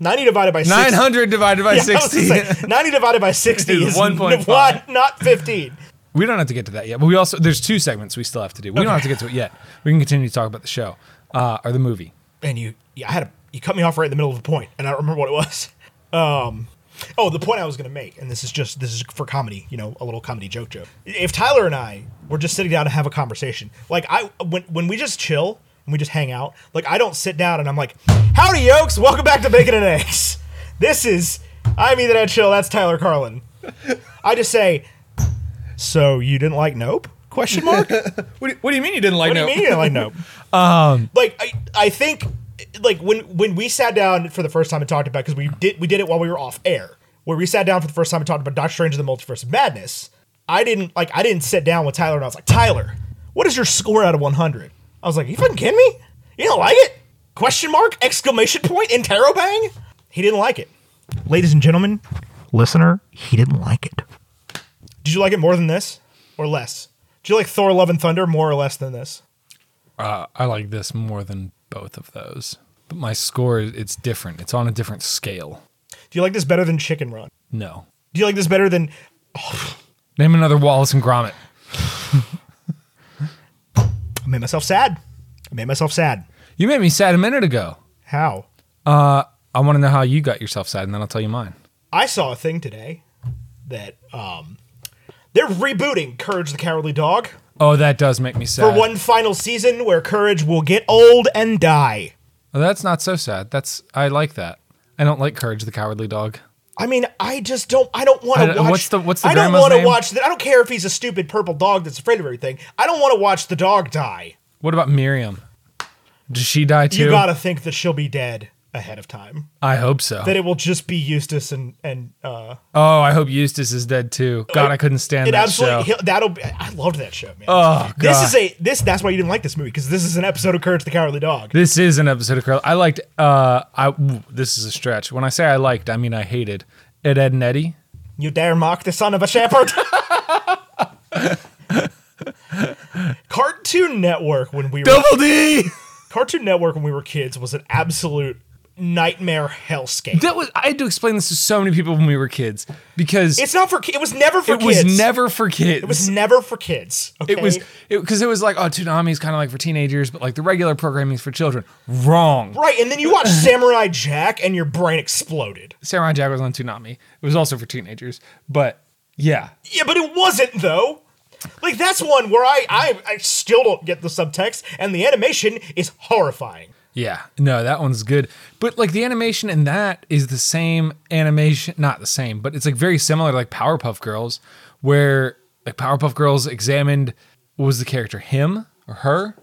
S2: 90 divided by 60.
S1: 900 divided by
S2: [LAUGHS] Yeah, I was
S1: 60
S2: gonna say, 90 divided by 60
S1: Is
S2: is,
S1: 1.5.
S2: one- [LAUGHS] not 15.
S1: [LAUGHS] We don't have to get to that yet, but we also there's two segments we still have to do. We don't have to get to it yet. We can continue to talk about the show uh, or the movie.
S2: And you, yeah, I had a, you cut me off right in the middle of a point, and I don't remember what it was. [LAUGHS] Um, oh, the point I was going to make, and this is just this is for comedy, you know, a little comedy joke joke. If Tyler and I were just sitting down to have a conversation, like I when when we just chill and we just hang out, like I don't sit down and I'm like, "Howdy, yokes, welcome back to Bacon and Eggs." [LAUGHS] This is I'm either that chill. That's Tyler Carlin. [LAUGHS] I just say, "So you didn't like Nope?" Question mark.
S1: What do, what do you mean you didn't like
S2: What do you mean? you don't Like no. [LAUGHS] Um, like I, I think, like when when we sat down for the first time and talked about because we did we did it while we were off air, where we sat down for the first time and talked about Doctor Strange and the Multiverse of Madness. I didn't like I didn't sit down with Tyler and I was like Tyler, what is your score out of one hundred? I was like, you fucking kidding me? You don't like it? Question mark exclamation point interrobang? He didn't like it. Ladies and gentlemen, listener, he didn't like it. Did you like it more than this or less? Did you like Thor: Love and Thunder more or less than this?
S1: Uh, I like this more than both of those, but my score is- it's different. It's on a different scale.
S2: Do you like this better than Chicken Run?
S1: No,
S2: Do you like this better than
S1: name another Wallace and Gromit.
S2: I made myself sad? I made myself sad.
S1: You made me sad a minute ago.
S2: How?
S1: I want to know how you got yourself sad, and then I'll tell you mine.
S2: I saw a thing today that um they're rebooting Courage the Cowardly Dog
S1: Oh, that does make me sad.
S2: for one final season where Courage will get old and die.
S1: Oh, that's not so sad. That's I like that. I don't like Courage the Cowardly Dog.
S2: I mean, I just don't. I don't want
S1: I
S2: to
S1: don't-
S2: watch.
S1: what's the- what's the
S2: I don't
S1: grandma's
S2: wanna
S1: name?
S2: watch that. I don't care if he's a stupid purple dog that's afraid of everything. I don't want to watch the dog die.
S1: What about Miriam? Does she die too?
S2: You gotta think that she'll be dead ahead of time.
S1: I hope so.
S2: That it will just be Eustace and and uh,
S1: Oh, I hope Eustace is dead too. God, I couldn't stand
S2: It
S1: that
S2: absolutely
S1: show.
S2: he'll- that'll be. I loved that show, man.
S1: Oh,
S2: This
S1: God.
S2: is a this. That's why you didn't like this movie because this is an episode of Courage the Cowardly Dog.
S1: This is an episode of Curl. I liked. Uh, I ooh, this is a stretch. When I say I liked, I mean I hated. Ed, Ed and Eddie.
S2: You dare mock the son of a shepherd? [LAUGHS] Cartoon Network when we were
S1: Double D.
S2: Cartoon Network when we were kids was an absolute nightmare hellscape.
S1: That was I had to explain this to so many people when we were kids because
S2: It's not for ki- it was never for
S1: it
S2: kids.
S1: was never for kids.
S2: it was never for kids. Okay?
S1: it was because it, was like oh Toonami is kind of like for teenagers, but like the regular programming is for children. Wrong.
S2: right, and then you watched Samurai Jack and your brain exploded.
S1: Samurai Jack was on Toonami. It was also for teenagers, but yeah,
S2: Yeah, but it wasn't though. Like that's one where I I, I still don't get the subtext, and the animation is horrifying.
S1: Yeah, no, that one's good. But like the animation in that is the same animation, not the same, but it's like very similar to like Powerpuff Girls, where like Powerpuff Girls examined what was the character, him or her?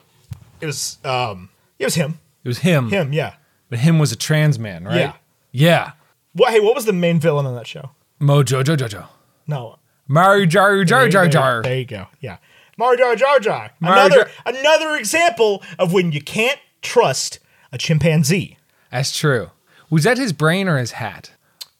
S2: It was um it was him.
S1: It was him.
S2: Him, yeah.
S1: But him was a trans man, right?
S2: Yeah.
S1: Yeah.
S2: What hey, what was the main villain on that show?
S1: Mojo Jojo Jojo.
S2: No.
S1: Mario Jar Jar Jar
S2: There-
S1: Jar.
S2: There you go. Yeah. Mario Jar Jar Jar.
S1: Mario
S2: Another another example of when you can't trust a chimpanzee.
S1: That's true. Was that his brain or his hat?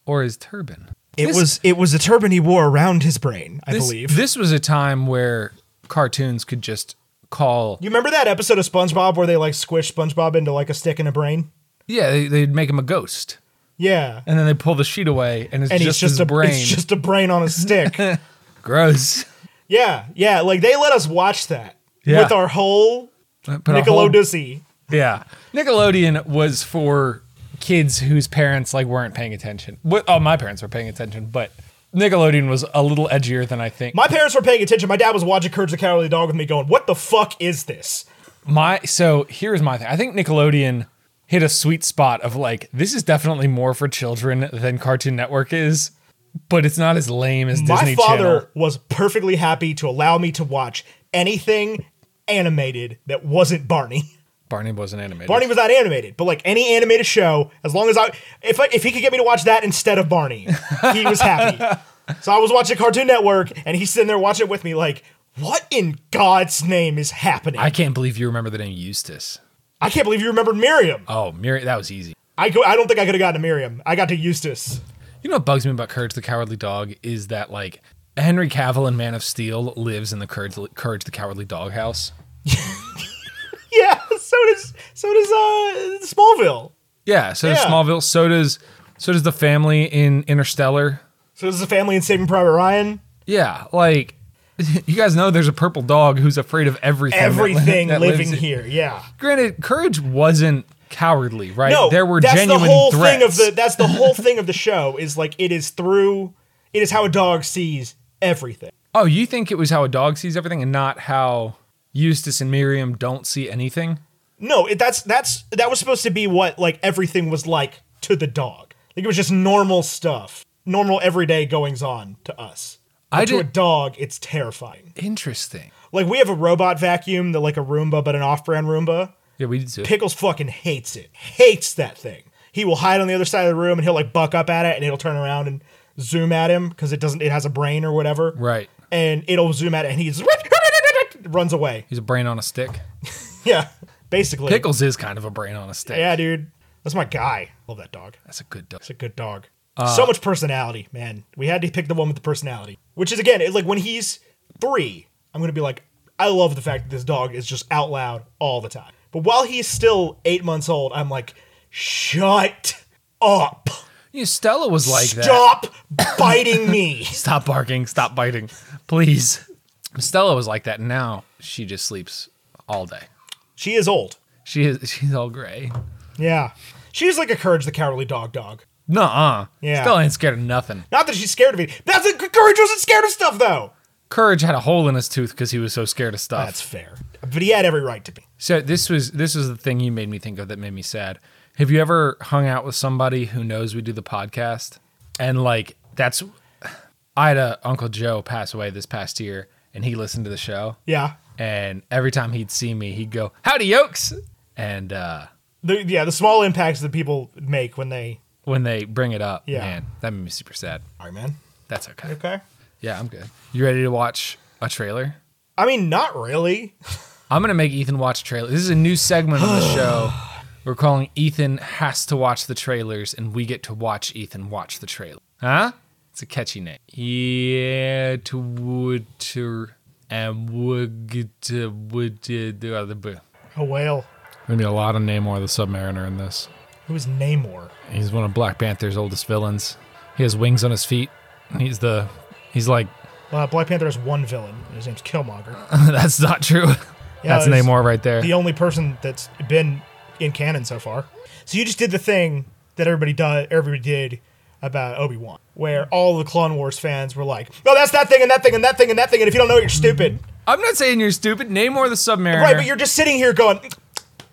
S1: Or his turban?
S2: It
S1: This-
S2: was it was a turban he wore around his brain, I
S1: this,
S2: believe.
S1: This was a time where cartoons could just call
S2: you remember that episode of SpongeBob where they like squished SpongeBob into like a stick and a brain?
S1: Yeah, they, they'd make him a ghost.
S2: Yeah.
S1: and then they pull the sheet away, and it's
S2: and
S1: just,
S2: he's just
S1: his
S2: a
S1: brain.
S2: It's just a brain on a stick.
S1: [LAUGHS] Gross.
S2: yeah, yeah. Like they let us watch that
S1: Yeah.
S2: with our whole
S1: But a whole-
S2: Nickelodeon.
S1: yeah, Nickelodeon was for kids whose parents like weren't paying attention. What? Oh, my parents were paying attention, but Nickelodeon was a little edgier than I think.
S2: My parents were paying attention. My dad was watching Courage the Cowardly Dog with me, going, "What the fuck is this?"
S1: my so here's my thing. I think Nickelodeon hit a sweet spot of like this is definitely more for children than Cartoon Network is, but it's not as lame as Disney
S2: My father
S1: Channel.
S2: was perfectly happy to allow me to watch anything animated that wasn't Barney.
S1: Barney wasn't animated.
S2: Barney was not animated, but like any animated show, as long as I, if I, if he could get me to watch that instead of Barney, he
S1: [LAUGHS]
S2: was happy. so I was watching Cartoon Network, and he's sitting there watching it with me, like, what in God's name is happening?
S1: I
S2: I,
S1: can't believe you remember the name Eustace.
S2: can't believe you remembered Miriam.
S1: Oh, Miri, that was easy.
S2: I go, I don't think I could have gotten to Miriam. I got to Eustace. [LAUGHS]
S1: You know what bugs me about Courage the Cowardly Dog is that like Henry Cavill in Man of Steel lives in the Courage, Courage the Cowardly Dog house.
S2: Yeah, so does so does uh Smallville.
S1: Yeah, so does
S2: Yeah.
S1: Smallville. So does so does the family in Interstellar.
S2: So does the family in Saving Private Ryan.
S1: Yeah, like [LAUGHS] you guys know there's a purple dog who's afraid of everything. that li-
S2: Everything
S1: that lives
S2: living
S1: in-
S2: here, yeah.
S1: Granted, Courage wasn't cowardly, right?
S2: No,
S1: there were
S2: that's
S1: genuine
S2: the whole
S1: threats.
S2: thing of the that's the whole thing of the show is like it is through it is how a dog sees everything.
S1: oh, you think it was how a dog sees everything and not how Eustace and Miriam don't see anything?
S2: No, it, that's that's that was supposed to be what like everything was like to the dog. Like it was just normal stuff, normal everyday goings on to us.
S1: I
S2: But to a
S1: did
S2: dog, it's terrifying.
S1: interesting.
S2: Like we have a robot vacuum that like a Roomba, but an off-brand Roomba.
S1: Yeah, we did too.
S2: Pickles fucking hates it. Hates that thing. He will hide on the other side of the room and he'll like buck up at it and it'll turn around and zoom at him because it doesn't it has a brain or whatever.
S1: Right.
S2: And it'll zoom at it and he's [LAUGHS] runs away.
S1: He's a brain on a stick.
S2: Yeah. Basically.
S1: Pickles is kind of a brain on a stick.
S2: Yeah, dude. That's my guy. Love that dog.
S1: That's a good dog.
S2: It's a good dog.
S1: Uh,
S2: so much personality, man. We had to pick the one with the personality. Which is again, it, like when he's three, I'm gonna be like, I love the fact that this dog is just out loud all the time. But while he's still eight months old, I'm like, shut up.
S1: You know, Stella was like that.
S2: Stop biting me. [LAUGHS]
S1: Stop barking. Stop biting. Please. Stella was like that. and Now she just sleeps all day.
S2: She is old.
S1: She is she's all gray.
S2: Yeah. She's like a courage the cowardly dog dog.
S1: Nuh-uh.
S2: Yeah.
S1: Stella ain't scared of nothing.
S2: Not that she's scared of me. That's a courage wasn't scared of stuff though.
S1: Courage had a hole in his tooth because he was so scared of stuff.
S2: That's fair. But he had every right to be.
S1: so this was this was the thing you made me think of that made me sad. Have you ever hung out with somebody who knows we do the podcast? And like that's I had a Uncle Joe pass away this past year and he listened to the show.
S2: Yeah.
S1: and every time he'd see me, he'd go, "Howdy, yokes!" And uh,
S2: The, yeah, the small impacts that people make when they
S1: when they bring it up,
S2: Yeah.
S1: man, that made me super sad.
S2: All right, man.
S1: That's okay.
S2: Okay.
S1: Yeah, I'm good. You ready to watch a trailer?
S2: I mean, not really.
S1: I'm gonna make Ethan watch trailers. This is a new segment of [SIGHS] the show. We're calling Ethan has to watch the trailers, and we get to watch Ethan watch the trailer. Huh? It's a catchy name. Yeah, to water and wood to wood to the other. There's
S2: A whale.
S1: gonna be a lot of Namor the Submariner in this.
S2: Who is Namor?
S1: He's one of Black Panther's oldest villains. He has wings on his feet. He's the. He's like. [LAUGHS]
S2: Uh, Black Panther has one villain. and His name's Killmonger.
S1: That's not true.
S2: Yeah,
S1: That's
S2: it's
S1: Namor right there.
S2: The only person that's been in canon so far. So you just did the thing that everybody does, everybody did about Obi Wan, where all the Clone Wars fans were like, "No, that's that thing and that thing and that thing and that thing," and if you don't know it, you're stupid.
S1: I'm not saying you're stupid. Namor the Submariner.
S2: Right, but you're just sitting here going,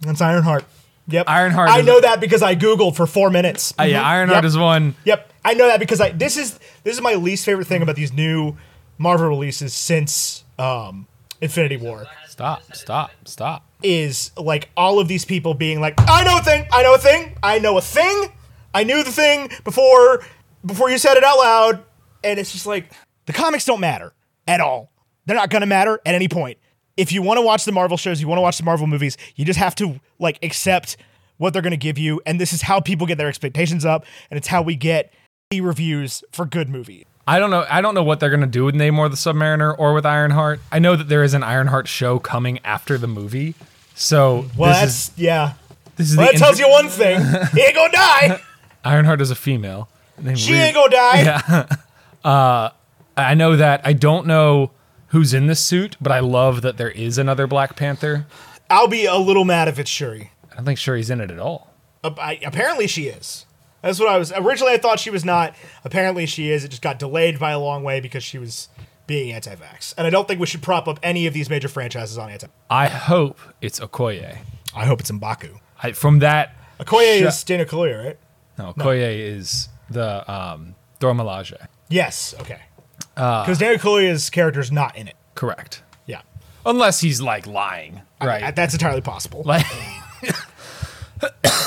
S2: "That's Ironheart." Yep,
S1: Ironheart
S2: I
S1: is-
S2: know that because I googled for four minutes.
S1: Uh, yeah,
S2: Mhm.
S1: Ironheart
S2: Yep.
S1: is one.
S2: Yep, I know that because I this is this is my least favorite thing about these new Marvel releases since um, Infinity War
S1: Stop, stop, stop.
S2: is like all of these people being like, I know a thing, I know a thing, I know a thing, I knew the thing before before you said it out loud, and it's just like the comics don't matter at all. They're not gonna matter at any point. If you want to watch the Marvel shows, you want to watch the Marvel movies, you just have to like accept what they're gonna give you, and this is how people get their expectations up, and it's how we get the reviews for good movies.
S1: I don't know. I don't know what they're gonna do with Namor the Submariner or with Ironheart. I know that there is an Ironheart show coming after the movie, so
S2: Well,
S1: this
S2: that's
S1: is
S2: yeah.
S1: this is
S2: Well,
S1: the
S2: that tells
S1: intro-
S2: you one thing: [LAUGHS] he ain't gonna die.
S1: Ironheart is a female. Named
S2: She
S1: Riri.
S2: ain't gonna
S1: [LAUGHS]
S2: die.
S1: I know that. I don't know who's in this suit, but I love that there is another Black Panther.
S2: I'll be a little mad if it's Shuri.
S1: I don't think Shuri's in it at all.
S2: Uh, I, apparently she is. That's what I was originally. I thought she was not. Apparently she is. It just got delayed by a long way because she was being anti-vax. And I don't think we should prop up any of these major franchises on anti.
S1: I hope it's Okoye.
S2: I hope it's Mbaku.
S1: I, from that,
S2: Okoye
S1: Sure.
S2: is Daniel Kaluuya, right?
S1: no, Okoye is the um, Dormilaje.
S2: Yes. Okay.
S1: Uh,
S2: Because Daniel Kaluuya's character is not in it.
S1: Correct.
S2: Yeah.
S1: Unless he's like lying, right?
S2: Uh, That's entirely possible.
S1: [LAUGHS] like,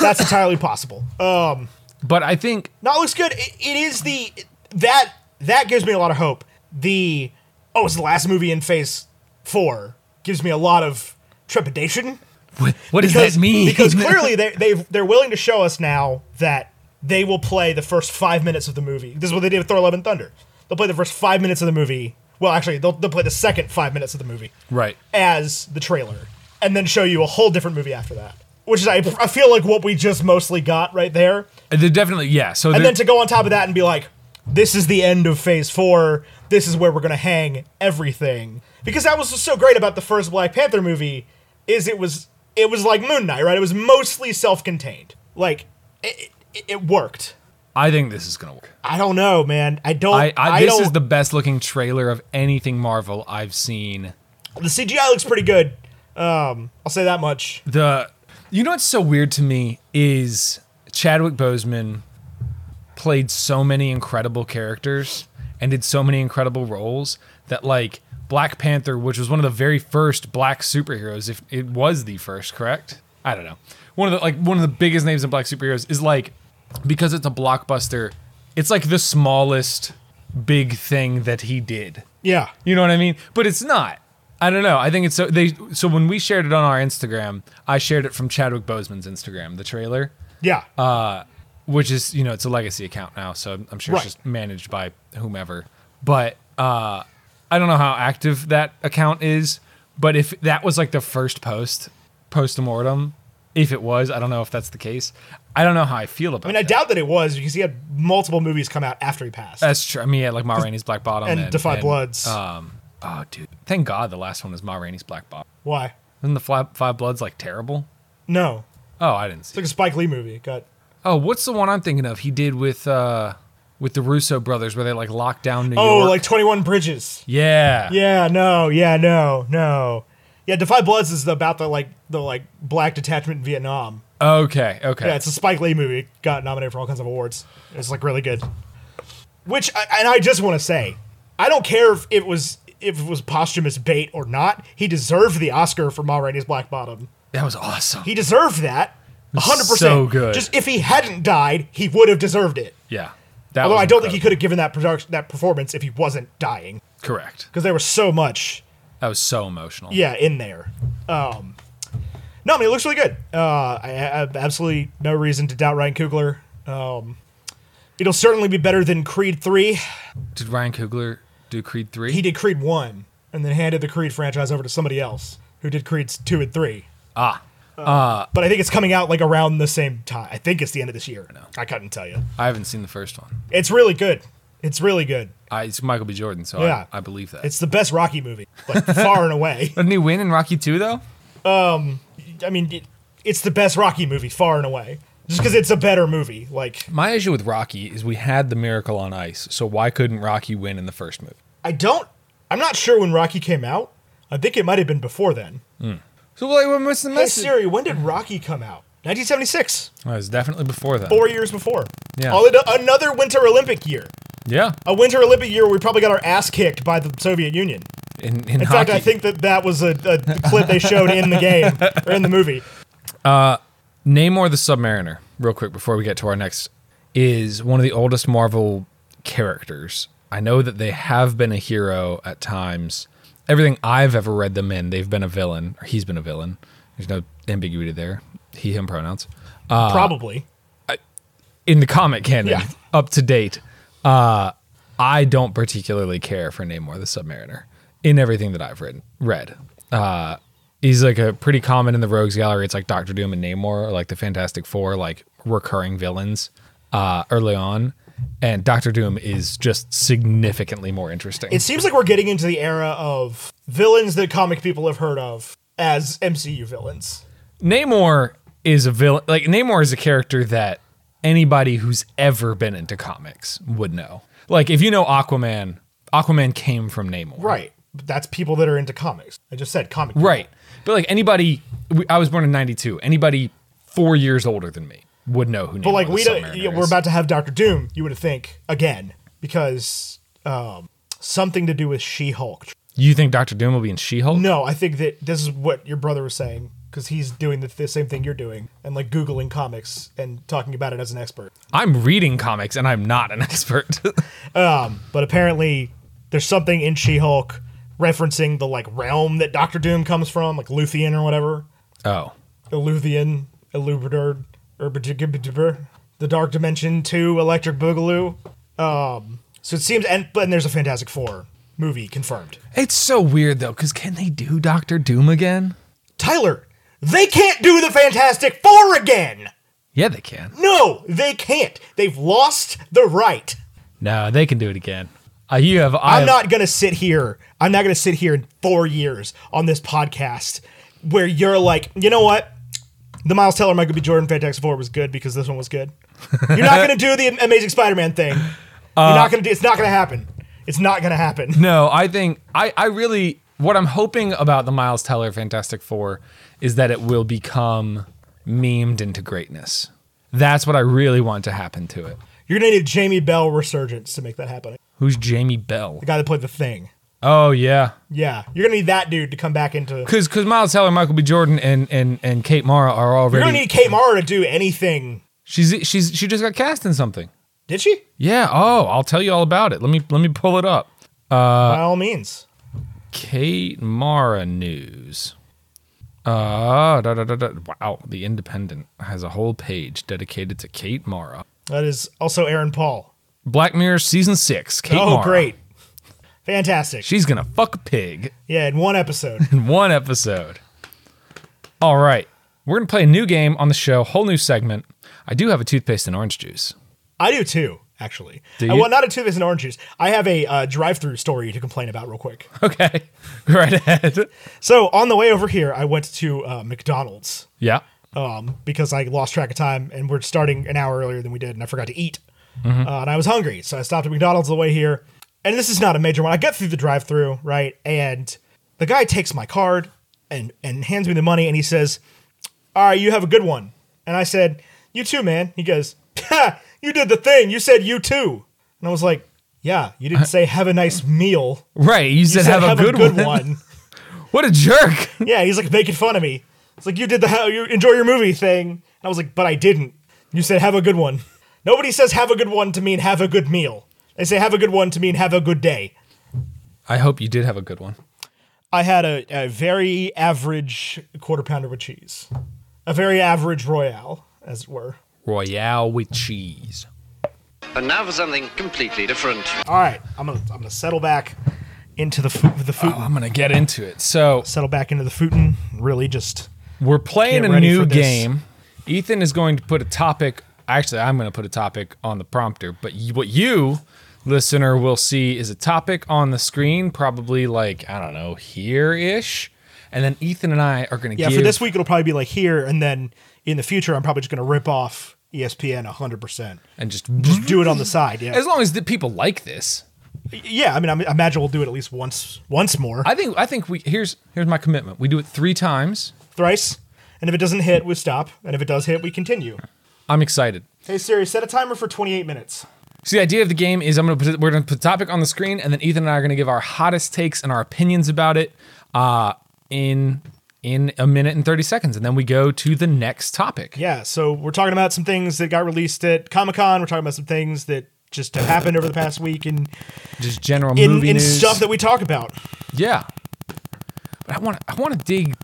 S2: That's entirely possible. Um,
S1: but I think
S2: no, it looks good. It, it is the that that gives me a lot of hope. The oh, it's the last movie in Phase Four gives me a lot of trepidation.
S1: what, what does that mean? [LAUGHS]
S2: Because clearly they they they're willing to show us now that they will play the first five minutes of the movie. This is what they did with Thor: Love and Thunder. They'll play the first five minutes of the movie. Well, actually, they'll, they'll play the second five minutes of the movie
S1: right.
S2: as the trailer, and then show you a whole different movie after that. Which is I, I feel like what we just mostly got right there.
S1: They're definitely yeah. So
S2: And
S1: they're-
S2: then to go on top of that and be like, this is the end of phase four. This is where we're going to hang everything. Because that was what's so great about the first Black Panther movie is it was it was like Moon Knight, right? It was mostly self-contained. Like it, it, it worked.
S1: I think this is gonna work.
S2: I don't know, man. I don't
S1: I,
S2: I,
S1: I this
S2: don't,
S1: is the best looking trailer of anything Marvel I've seen.
S2: the CGI looks pretty good. Um, I'll say that much.
S1: the you know what's so weird to me is Chadwick Boseman played so many incredible characters and did so many incredible roles that like Black Panther, which was one of the very first black superheroes, if it was the first, correct? I don't know. One of the like one of the biggest names in black superheroes is like because it's a blockbuster, it's like the smallest big thing that he did.
S2: Yeah.
S1: You know what I mean? But it's not. I don't know. I think it's so they so when we shared it on our Instagram, I shared it from Chadwick Boseman's Instagram, the trailer,
S2: Yeah.
S1: Uh, which is, you know, it's a legacy account now, so I'm sure
S2: Right.
S1: it's just managed by whomever. But uh I don't know how active that account is, but if that was like the first post post-mortem, if it was, I don't know if that's the case. I don't know how I feel about
S2: I mean, I
S1: that.
S2: doubt that it was because he had multiple movies come out after he passed.
S1: That's true. I mean, yeah, like Ma Rainey's Black Bottom
S2: and Defy Bloods.
S1: Um, oh, dude. Thank God the last one was Ma Rainey's Black Bottom.
S2: Why?
S1: Isn't the Fly, Five Bloods like terrible?
S2: No.
S1: Oh, I didn't
S2: It's
S1: see.
S2: like
S1: it.
S2: a Spike Lee movie. It got
S1: Oh, what's the one I'm thinking of? He did with uh with the Russo brothers where they like locked down New
S2: Oh,
S1: York.
S2: like 21 Bridges.
S1: yeah.
S2: Yeah, no, yeah, no, no. Yeah, Defy Bloods is about the like the like black detachment in Vietnam.
S1: Okay. Okay.
S2: Yeah, it's a Spike Lee movie. It got nominated for all kinds of awards. It's like really good. Which I, and I just want to say, I don't care if it was if it was posthumous bait or not. He deserved the Oscar for Ma Rainey's Black Bottom.
S1: that was awesome.
S2: He deserved that. 100%.
S1: so good.
S2: Just if he hadn't died, he would have deserved it.
S1: yeah. That
S2: Although
S1: was
S2: I don't think he
S1: incredible.
S2: could have given that production that performance if he wasn't dying
S1: Correct.
S2: because there was so much
S1: That was so emotional.
S2: yeah in there um no i mean it looks really good uh i, I have absolutely no reason to doubt ryan kugler um It'll certainly be better than Creed 3.
S1: Did Ryan Coogler do Creed 3?
S2: He did Creed 1 and then handed the Creed franchise over to somebody else who did Creeds 2 and 3.
S1: ah.
S2: But I think it's coming out like around the same time. I think it's the end of this year. I couldn't tell you.
S1: I haven't seen the first one.
S2: It's really good. It's really good.
S1: I, it's Michael B. Jordan, so
S2: Yeah.
S1: I, I believe that.
S2: It's the best Rocky movie, like far and away.
S1: Didn't he win in Rocky 2, though?
S2: I mean, it, it's the best Rocky movie, far and away. Just because it's a better movie. Like,
S1: My issue with Rocky is we had the Miracle on Ice, so why couldn't Rocky win in the first movie?
S2: I don't. I'm not sure when Rocky came out. I think it might have been before then.
S1: So like, what- what's the
S2: Hey
S1: message?
S2: Siri, when did Rocky come out? 1976,
S1: Oh, it was definitely before that.
S2: four years before.
S1: Yeah.
S2: All in a- another Winter Olympic year.
S1: Yeah,
S2: A Winter Olympic year where we probably got our ass kicked by the Soviet Union.
S1: in, in,
S2: In
S1: hockey.
S2: fact, I think that that was a, a clip they showed in the
S1: [LAUGHS]
S2: game or in the movie.
S1: Namor the Submariner, real quick before we get to our next, is one of the oldest Marvel characters. I know that they have been a hero at times. Everything I've ever read them in, they've been a villain, or he's been a villain. There's no ambiguity there. He, him pronouns. Uh.
S2: probably.
S1: in the comic canon
S2: Yeah.
S1: up to date. Uh, I don't particularly care for Namor the Submariner in everything that I've written, read. Uh, he's like a pretty common in the Rogues Gallery. It's like Doctor Doom and Namor, or like the Fantastic Four, like recurring villains uh, early on. And Doctor Doom is just significantly more interesting.
S2: It seems like we're getting into the era of villains that comic people have heard of as MCU villains.
S1: Namor is a villain. Like Namor is a character that anybody who's ever been into comics would know. Like if you know Aquaman, Aquaman came from Namor.
S2: Right. But that's people that are into comics. I just said comic. people.
S1: Right. But like anybody, we- I was born in '92. Anybody four years older than me would know who.
S2: But like we don't. yeah, we're about to have Doctor Doom. You would think again because um, something to do with She-Hulk.
S1: You think Doctor Doom will be in She-Hulk?
S2: No, I think that this is what your brother was saying because he's doing the, the same thing you're doing and like googling comics and talking about it as an expert.
S1: I'm reading comics and I'm not an [LAUGHS] expert.
S2: Um, but apparently, there's something in She-Hulk referencing the like realm that Doctor Doom comes from, like Luthien or whatever,
S1: oh,
S2: Illuvian, Illubridor, Urbidibidibur, the Dark Dimension Two, Electric Boogaloo. Um, so it seems, and but and there's a Fantastic Four movie confirmed.
S1: it's so weird though, because can they do Doctor Doom again?
S2: Tyler, they can't do the Fantastic Four again.
S1: Yeah, they can.
S2: No, they can't. They've lost the right.
S1: No, they can do it again. Uh, you have. I
S2: I'm
S1: have-
S2: not gonna sit here. I'm not gonna sit here in four years on this podcast where you're like, you know what? The Miles Teller Michael B. Jordan Fantastic Four was good because this one was good. You're not gonna do
S1: [LAUGHS]
S2: the Amazing Spider-Man thing. You're
S1: Uh,
S2: not gonna do. It's not gonna happen. It's not
S1: [LAUGHS]
S2: gonna happen.
S1: No, I think I, I really what I'm hoping about the Miles Teller Fantastic Four is that it will become memed into greatness. That's what I really want to happen to it.
S2: You're gonna need a Jamie Bell resurgence to make that happen.
S1: Who's Jamie Bell?
S2: The guy that played the Thing.
S1: Oh yeah,
S2: Yeah, you're gonna need that dude to come back into. You're
S1: because because Miles Teller, Michael B. Jordan, and and and Kate Mara are
S2: gonna
S1: already.
S2: need Kate Mara to do anything.
S1: she's she's she just got cast in something.
S2: Did she?
S1: Yeah. Oh, I'll tell you all about it. Let me let me pull it up. Uh,
S2: By all means.
S1: Kate Mara news. Uh, da, da, da, da. Wow, The Independent has a whole page dedicated to Kate Mara.
S2: That is also Aaron Paul.
S1: Black Mirror season six. Kate
S2: oh,
S1: Mara.
S2: great. Fantastic.
S1: She's gonna fuck a pig
S2: Yeah, in
S1: [LAUGHS]
S2: one episode.
S1: in one episode. All right, we're gonna play a new game on the show. Whole new segment. I do have a toothpaste and orange juice. [LAUGHS]
S2: I do too, actually.
S1: Do
S2: Uh,
S1: you?
S2: well, not a toothpaste and orange juice. I have a uh, drive-through story to complain about real quick.
S1: Okay, go right ahead.
S2: So on the way over here, I went to uh, McDonald's
S1: Yeah.
S2: um, because I lost track of time and we're starting an hour earlier than we did, and I forgot to eat.
S1: Mm-hmm.
S2: Uh, and I was hungry, so I stopped at McDonald's on the way here. And this is not a major one. I get through the drive-through, right? And the guy takes my card and and hands me the money, and he says, "All right, you have a good one." And I said, "You too, man." He goes, ha, "You did the thing. You said you too." And I was like, "Yeah,
S1: [LAUGHS]
S2: you didn't say have a nice meal.
S1: Right. You said,
S2: You said,
S1: have, a good, one. [LAUGHS] What a jerk. [LAUGHS]
S2: Yeah, he's like making fun of me. It's like you did the how you enjoy your movie thing. And I was like, but I didn't. You said have a good one. Nobody says have a good one to mean have a good meal. They say have a good one to mean have a good day.
S1: I hope you did have a good one.
S2: I had a, a very average quarter pounder with cheese, a very average royale, as it were.
S1: Royale with cheese.
S4: And now for something completely different.
S2: All right, I'm gonna I'm gonna settle back into the fu- the futon.
S1: I'm gonna get into it. So
S2: settle back into the futon. Really, just
S1: we're playing
S2: Get
S1: a
S2: ready
S1: new
S2: for this.
S1: game. Ethan is going to put a topic. Actually, I'm going to put a topic on the prompter. But you, what you, listener, will see is a topic on the screen, probably like I don't know here ish, and then Ethan and I are going to
S2: yeah.
S1: give
S2: For this week, it'll probably be like here, and then in the future, I'm probably just gonna rip off E ESPN 100. percent
S1: and just
S2: Just do it on the side. Yeah,
S1: as long as the people like this.
S2: yeah. I mean, I mean, I imagine we'll do it at least once once more,
S1: I think I think we here's here's my commitment. We do it three times.
S2: thrice. And if it doesn't hit, we stop. And if it does hit, we continue.
S1: I'm excited.
S2: Hey Siri, set a timer for 28 minutes.
S1: So the idea of the game is I'm gonna put, we're gonna put a topic on the screen, and then Ethan and I are gonna give our hottest takes and our opinions about it uh, in in a minute and thirty seconds, and then we go to the next topic.
S2: Yeah, so we're talking about some things that got released at Comic Con. We're talking about some things that just have happened over the past week and
S1: Just general
S2: in,
S1: movie
S2: in
S1: news
S2: stuff that we talk about.
S1: Yeah. But I want to I want to dig.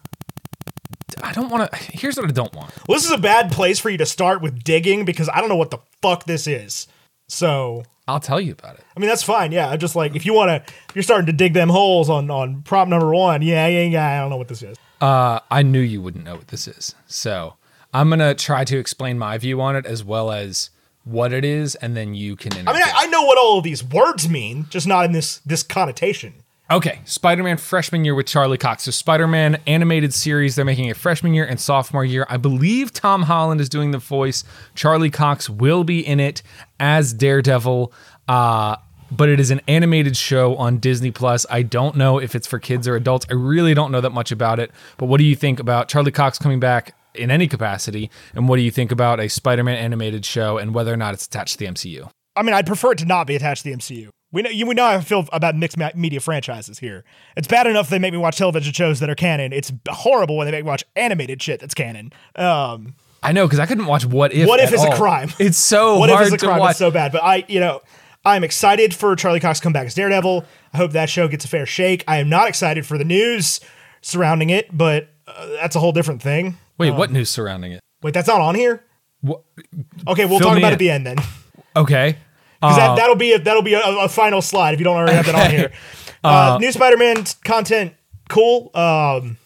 S1: I don't want to. Here's what I don't want.
S2: Well, this is a bad place for you to start with digging because I don't know what the fuck this is. So,
S1: I'll tell you about it.
S2: I mean, that's fine. Yeah, I just like if you want to, if you're starting to dig them holes on on prop number one. Yeah, yeah, yeah. I don't know what this is.
S1: Uh, I knew you wouldn't know what this is. So I'm gonna try to explain my view on it as well as what it is, and then you can.
S2: I mean, I, I know what all of these words mean, just not in this this connotation.
S1: Okay, Spider Man freshman year with Charlie Cox. So, Spider Man animated series, they're making a freshman year and sophomore year. I believe Tom Holland is doing the voice. Charlie Cox will be in it as Daredevil. Uh, but it is an animated show on Disney Plus. I don't know if it's for kids or adults. I really don't know that much about it. But what do you think about Charlie Cox coming back in any capacity? And what do you think about a Spider Man animated show and whether or not it's attached to the MCU?
S2: I mean, I'd prefer it to not be attached to the MCU. We know, you, we know how I feel about mixed ma- media franchises here. It's bad enough they make me watch television shows that are canon. It's horrible when they make me watch animated shit that's canon. Um,
S1: I know because I couldn't watch What If.
S2: What If
S1: at
S2: is a
S1: all.
S2: crime.
S1: It's so
S2: what if
S1: hard
S2: it's a
S1: to
S2: crime?
S1: watch.
S2: It's so bad. But I, you know, I'm excited for Charlie Cox to come back as Daredevil. I hope that show gets a fair shake. I am not excited for the news surrounding it, but uh, that's a whole different thing.
S1: Wait,
S2: Um,
S1: what news surrounding it?
S2: Wait, that's not on here.
S1: What?
S2: Okay, we'll
S1: Fill
S2: talk
S1: me
S2: about
S1: in.
S2: it at the end then.
S1: Okay.
S2: 'Cause
S1: Uh,
S2: that, that'll be a, that'll be a, a final slide if you don't already have that on
S1: Okay. [LAUGHS]
S2: here. Uh, new Spider-Man content, cool. Um,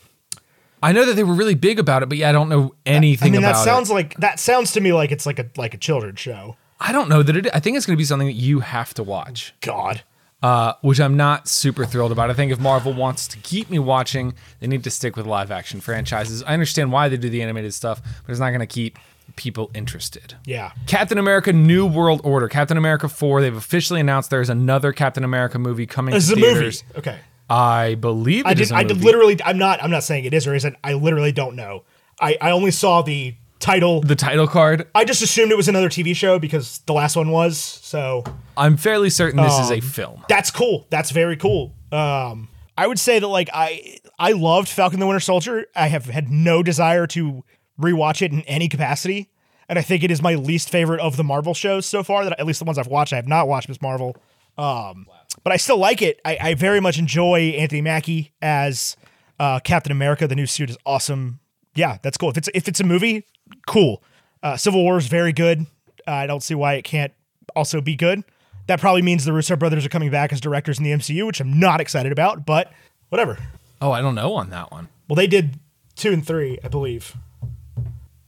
S1: I know that they were really big about it, but yeah, I don't know anything
S2: I mean, that
S1: about
S2: sounds
S1: it.
S2: like that sounds to me like it's like a like a children's show.
S1: I don't know that it. I think it's going to be something that you have to watch,
S2: God,
S1: uh, which I'm not super thrilled about. I think if Marvel wants to keep me watching, they need to stick with live action franchises. I understand why they do the animated stuff, but it's not going to keep people interested.
S2: yeah.
S1: Captain America: New World Order, Captain America Four. They've officially announced there's another Captain America movie coming.
S2: This is
S1: to
S2: a movie.
S1: theaters.
S2: Okay,
S1: I believe.
S2: I
S1: it is
S2: did.
S1: a
S2: I did
S1: movie.
S2: literally. I'm not. I'm not saying it is or isn't. I literally don't know. I I only saw the title.
S1: the title card.
S2: I just assumed it was another TV show because the last one was. So
S1: I'm fairly certain this
S2: Um,
S1: is a film.
S2: that's cool. That's very cool. Um, I would say that like I I loved Falcon the Winter Soldier. I have had no desire to rewatch it in any capacity, and I think it is my least favorite of the Marvel shows so far. That at least the ones I've watched, I have not watched Miss Marvel. Um, but I still like it. I, I very much enjoy Anthony Mackie as uh, Captain America. The new suit is awesome. Yeah, that's cool. If it's if it's a movie, cool. Uh, Civil War is very good. Uh, I don't see why it can't also be good. That probably means the Russo brothers are coming back as directors in the MCU, which I'm not excited about. But whatever.
S1: Oh, I don't know on that one.
S2: Well, they did two and three, I believe.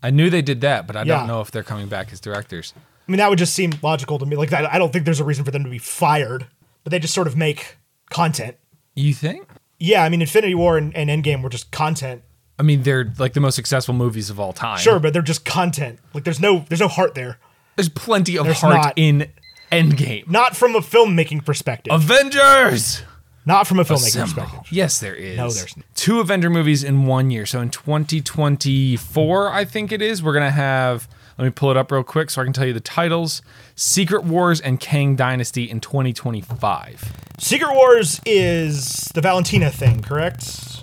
S1: I knew they did that, but I
S2: Yeah.
S1: don't know if they're coming back as directors.
S2: I mean, that would just seem logical to me. Like, I I don't think there's a reason for them to be fired, but they just sort of make content.
S1: You think?
S2: Yeah, I mean, Infinity War and, and Endgame were just content.
S1: I mean, they're like the most successful movies of all time.
S2: Sure, but they're just content. Like, there's no there's no heart there.
S1: There's plenty of
S2: There's
S1: heart
S2: not.
S1: in Endgame.
S2: Not from a filmmaking perspective.
S1: Avengers!
S2: Not from a filmmaking
S1: Assemble.
S2: perspective.
S1: Yes, there is.
S2: No, there's not.
S1: two Avenger movies in one year. So in 2024, I think it is, we're going to have. Let me pull it up real quick so I can tell you the titles Secret Wars and Kang Dynasty in 2025.
S2: Secret Wars is the Valentina thing, correct?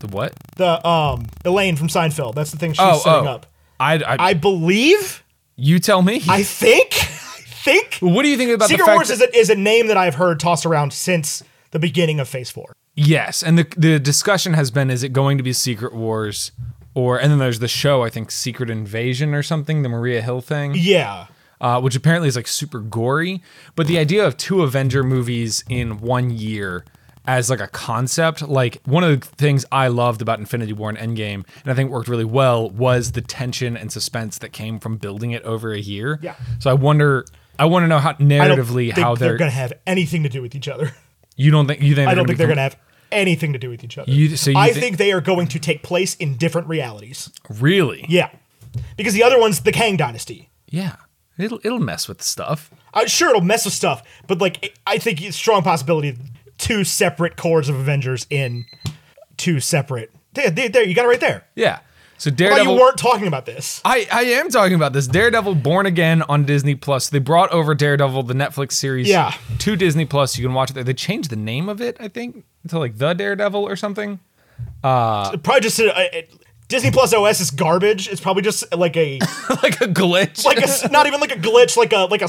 S1: The what?
S2: The um Elaine from Seinfeld. That's the thing she's
S1: Oh,
S2: setting up.
S1: I, I,
S2: I believe.
S1: you tell me.
S2: I think. [LAUGHS] I think.
S1: what do you think about the
S2: Secret
S1: fact
S2: Wars
S1: that-
S2: is a, is a name that I've heard tossed around since the beginning of Phase Four.
S1: Yes, and the the discussion has been is it going to be Secret Wars or and then there's the show I think Secret Invasion or something the Maria Hill thing.
S2: Yeah.
S1: uh, which apparently is like super gory. But the idea of two Avenger movies in one year as like a concept, like one of the things I loved about Infinity War and Endgame, and I think worked really well, was the tension and suspense that came from building it over a year.
S2: Yeah.
S1: So I wonder. I want to know how
S2: I don't
S1: narratively
S2: think
S1: how they're.
S2: going to have anything to do with each other.
S1: you don't think you think
S2: I don't think
S1: be
S2: they're
S1: com-
S2: going to have anything to do with each other.
S1: You- so you
S2: I
S1: thi-
S2: think they are going to take place in different realities.
S1: really.
S2: Yeah, because the other one's the Kang Dynasty.
S1: Yeah. It'll it'll mess with stuff.
S2: I'm sure it'll mess with stuff, but like it- I think it's strong possibility two separate cores of Avengers in two separate. There, there, there, you got it right there.
S1: Yeah. So
S2: I thought you
S1: Daredevil.
S2: weren't talking about this.
S1: I, I am talking about this Daredevil Born Again on Disney Plus. They brought over Daredevil the Netflix series
S2: Yeah.
S1: to Disney Plus. You can watch it there. They changed the name of it, I think, to like The Daredevil or something. [LAUGHS]
S2: Probably just a, a- a- Disney Plus OS is garbage. It's probably just like a
S1: like a glitch.
S2: like a [LAUGHS] s- not even like a glitch, like a like a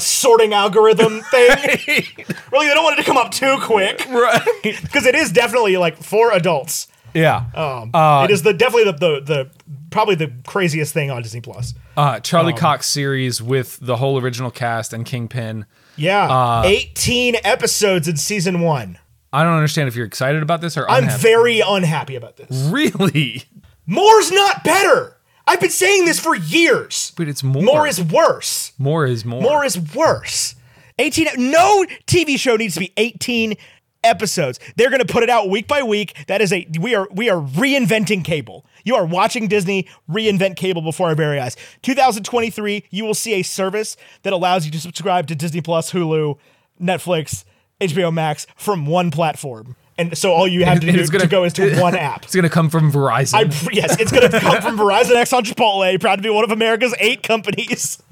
S1: [LAUGHS]
S2: sorting algorithm thing. [LAUGHS] Really, they don't want it to come up too quick [LAUGHS]
S1: right.
S2: because it is definitely like for adults.
S1: [LAUGHS] Yeah.
S2: Um,
S1: Uh,
S2: it is the definitely the, the the probably the craziest thing on Disney Plus.
S1: Uh, Charlie
S2: Oh.
S1: Cox series with the whole original cast and Kingpin.
S2: Yeah,
S1: Uh,
S2: eighteen episodes in season one.
S1: I don't understand if you're excited about this or
S2: I'm
S1: unhappy.
S2: very unhappy about this.
S1: really.
S2: More's not better. I've been saying this for years.
S1: But it's more.
S2: More is worse.
S1: more is more.
S2: More is worse. 18 ep- no TV show needs to be 18 episodes. They're going to put it out week by week. That is a we are we are reinventing cable. You are watching Disney reinvent cable before our very eyes. 2023, you will see a service that allows you to subscribe to Disney Plus, Hulu, Netflix, HBO Max from one platform. And so all you have to
S1: It-
S2: do
S1: [LAUGHS] it's gonna-
S2: to go is to one app.
S1: it's gonna come from Verizon.
S2: I, [LAUGHS] yes, it's going to come from Verizon, Exxon, Chipotle, proud to be one of America's eight companies.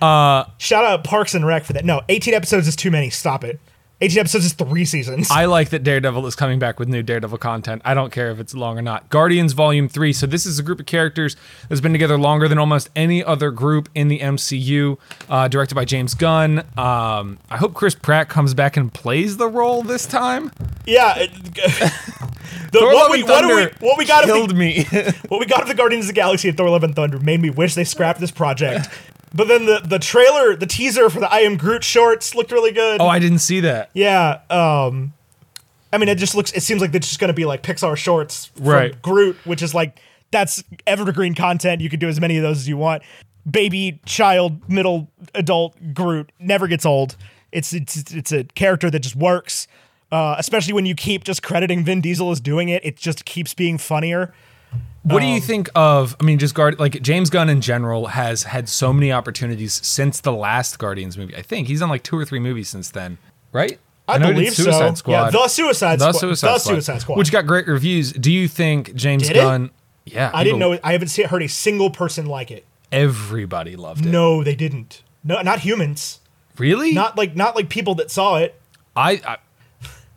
S1: Uh,
S2: Shout out Parks and Rec for that. No, 18 episodes is too many. Stop it. 18 episodes is three seasons.
S1: I like that Daredevil is coming back with new Daredevil content. I don't care if it's long or not. Guardians Volume 3. So, this is a group of characters that's been together longer than almost any other group in the MCU, uh, directed by James Gunn. Um, I hope Chris Pratt comes back and plays the role this time.
S2: yeah.
S1: [LAUGHS]
S2: it- the,
S1: Thor
S2: what,
S1: Love
S2: we,
S1: and
S2: what do
S1: Thunder
S2: we, what we got of
S1: killed
S2: the,
S1: me.
S2: [LAUGHS]
S1: [LAUGHS]
S2: what we got of the Guardians of the Galaxy and Thor: Love and Thunder made me wish they scrapped
S1: [LAUGHS]
S2: this project. But then the, the trailer, the teaser for the I Am Groot shorts looked really good.
S1: oh, I didn't see that.
S2: Yeah. Um I mean it just looks it seems like it's just gonna be like Pixar shorts from
S1: Right.
S2: Groot, which is like that's evergreen content. You can do as many of those as you want. Baby, child, middle, adult Groot never gets old. It's it's it's a character that just works. Uh, especially when you keep just crediting Vin Diesel as doing it, it just keeps being funnier.
S1: What do you think of? I mean, just guard like James Gunn in general has had so many opportunities since the last Guardians movie. I think he's done like two or three movies since then, right?
S2: I,
S1: know he did
S2: believe
S1: Suicide
S2: so.
S1: Squad.
S2: Yeah, the Suicide
S1: The
S2: Squad.
S1: Suicide,
S2: the
S1: Squad,
S2: Suicide Squad.
S1: which got great reviews. Do you think James
S2: Did it?
S1: Gunn? Yeah,
S2: I didn't
S1: people-
S2: know. I haven't seen, heard a single person like it.
S1: Everybody loved it.
S2: No, they didn't. No, not humans.
S1: really?
S2: Not like not like people that saw it.
S1: I, I.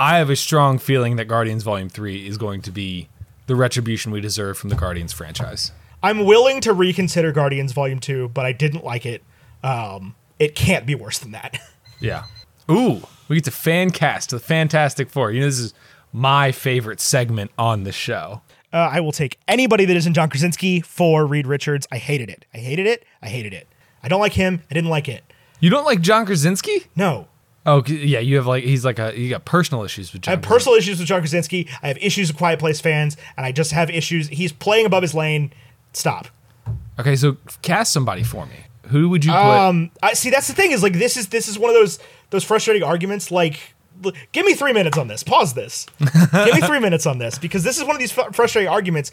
S1: I have a strong feeling that Guardians Volume Three is going to be the retribution we deserve from the Guardians franchise.
S2: I'm willing to reconsider Guardians Volume 2, but I didn't like it. Um, it can't be worse than that. [LAUGHS]
S1: Yeah. Ooh, we get to fan cast the Fantastic Four. You know, this is my favorite segment on the show.
S2: Uh, I will take anybody that isn't John Krasinski for Reed Richards. I hated it. I hated it. I hated it. I don't like him. I didn't like it.
S1: You don't like John Krasinski?
S2: No.
S1: Oh, c- yeah. You have like he's like a you got personal issues with John.
S2: I have personal issues with John Krasinski. I have issues with Quiet Place fans, and I just have issues. He's playing above his lane. Stop.
S1: Krasinski. Okay, so cast somebody for me. Who would you put?
S2: Um, I see. That's the thing is like this is this is one of those those frustrating arguments. Like, l- give me three minutes on this. Pause this. give me three minutes on this because this is one of these fu- frustrating arguments.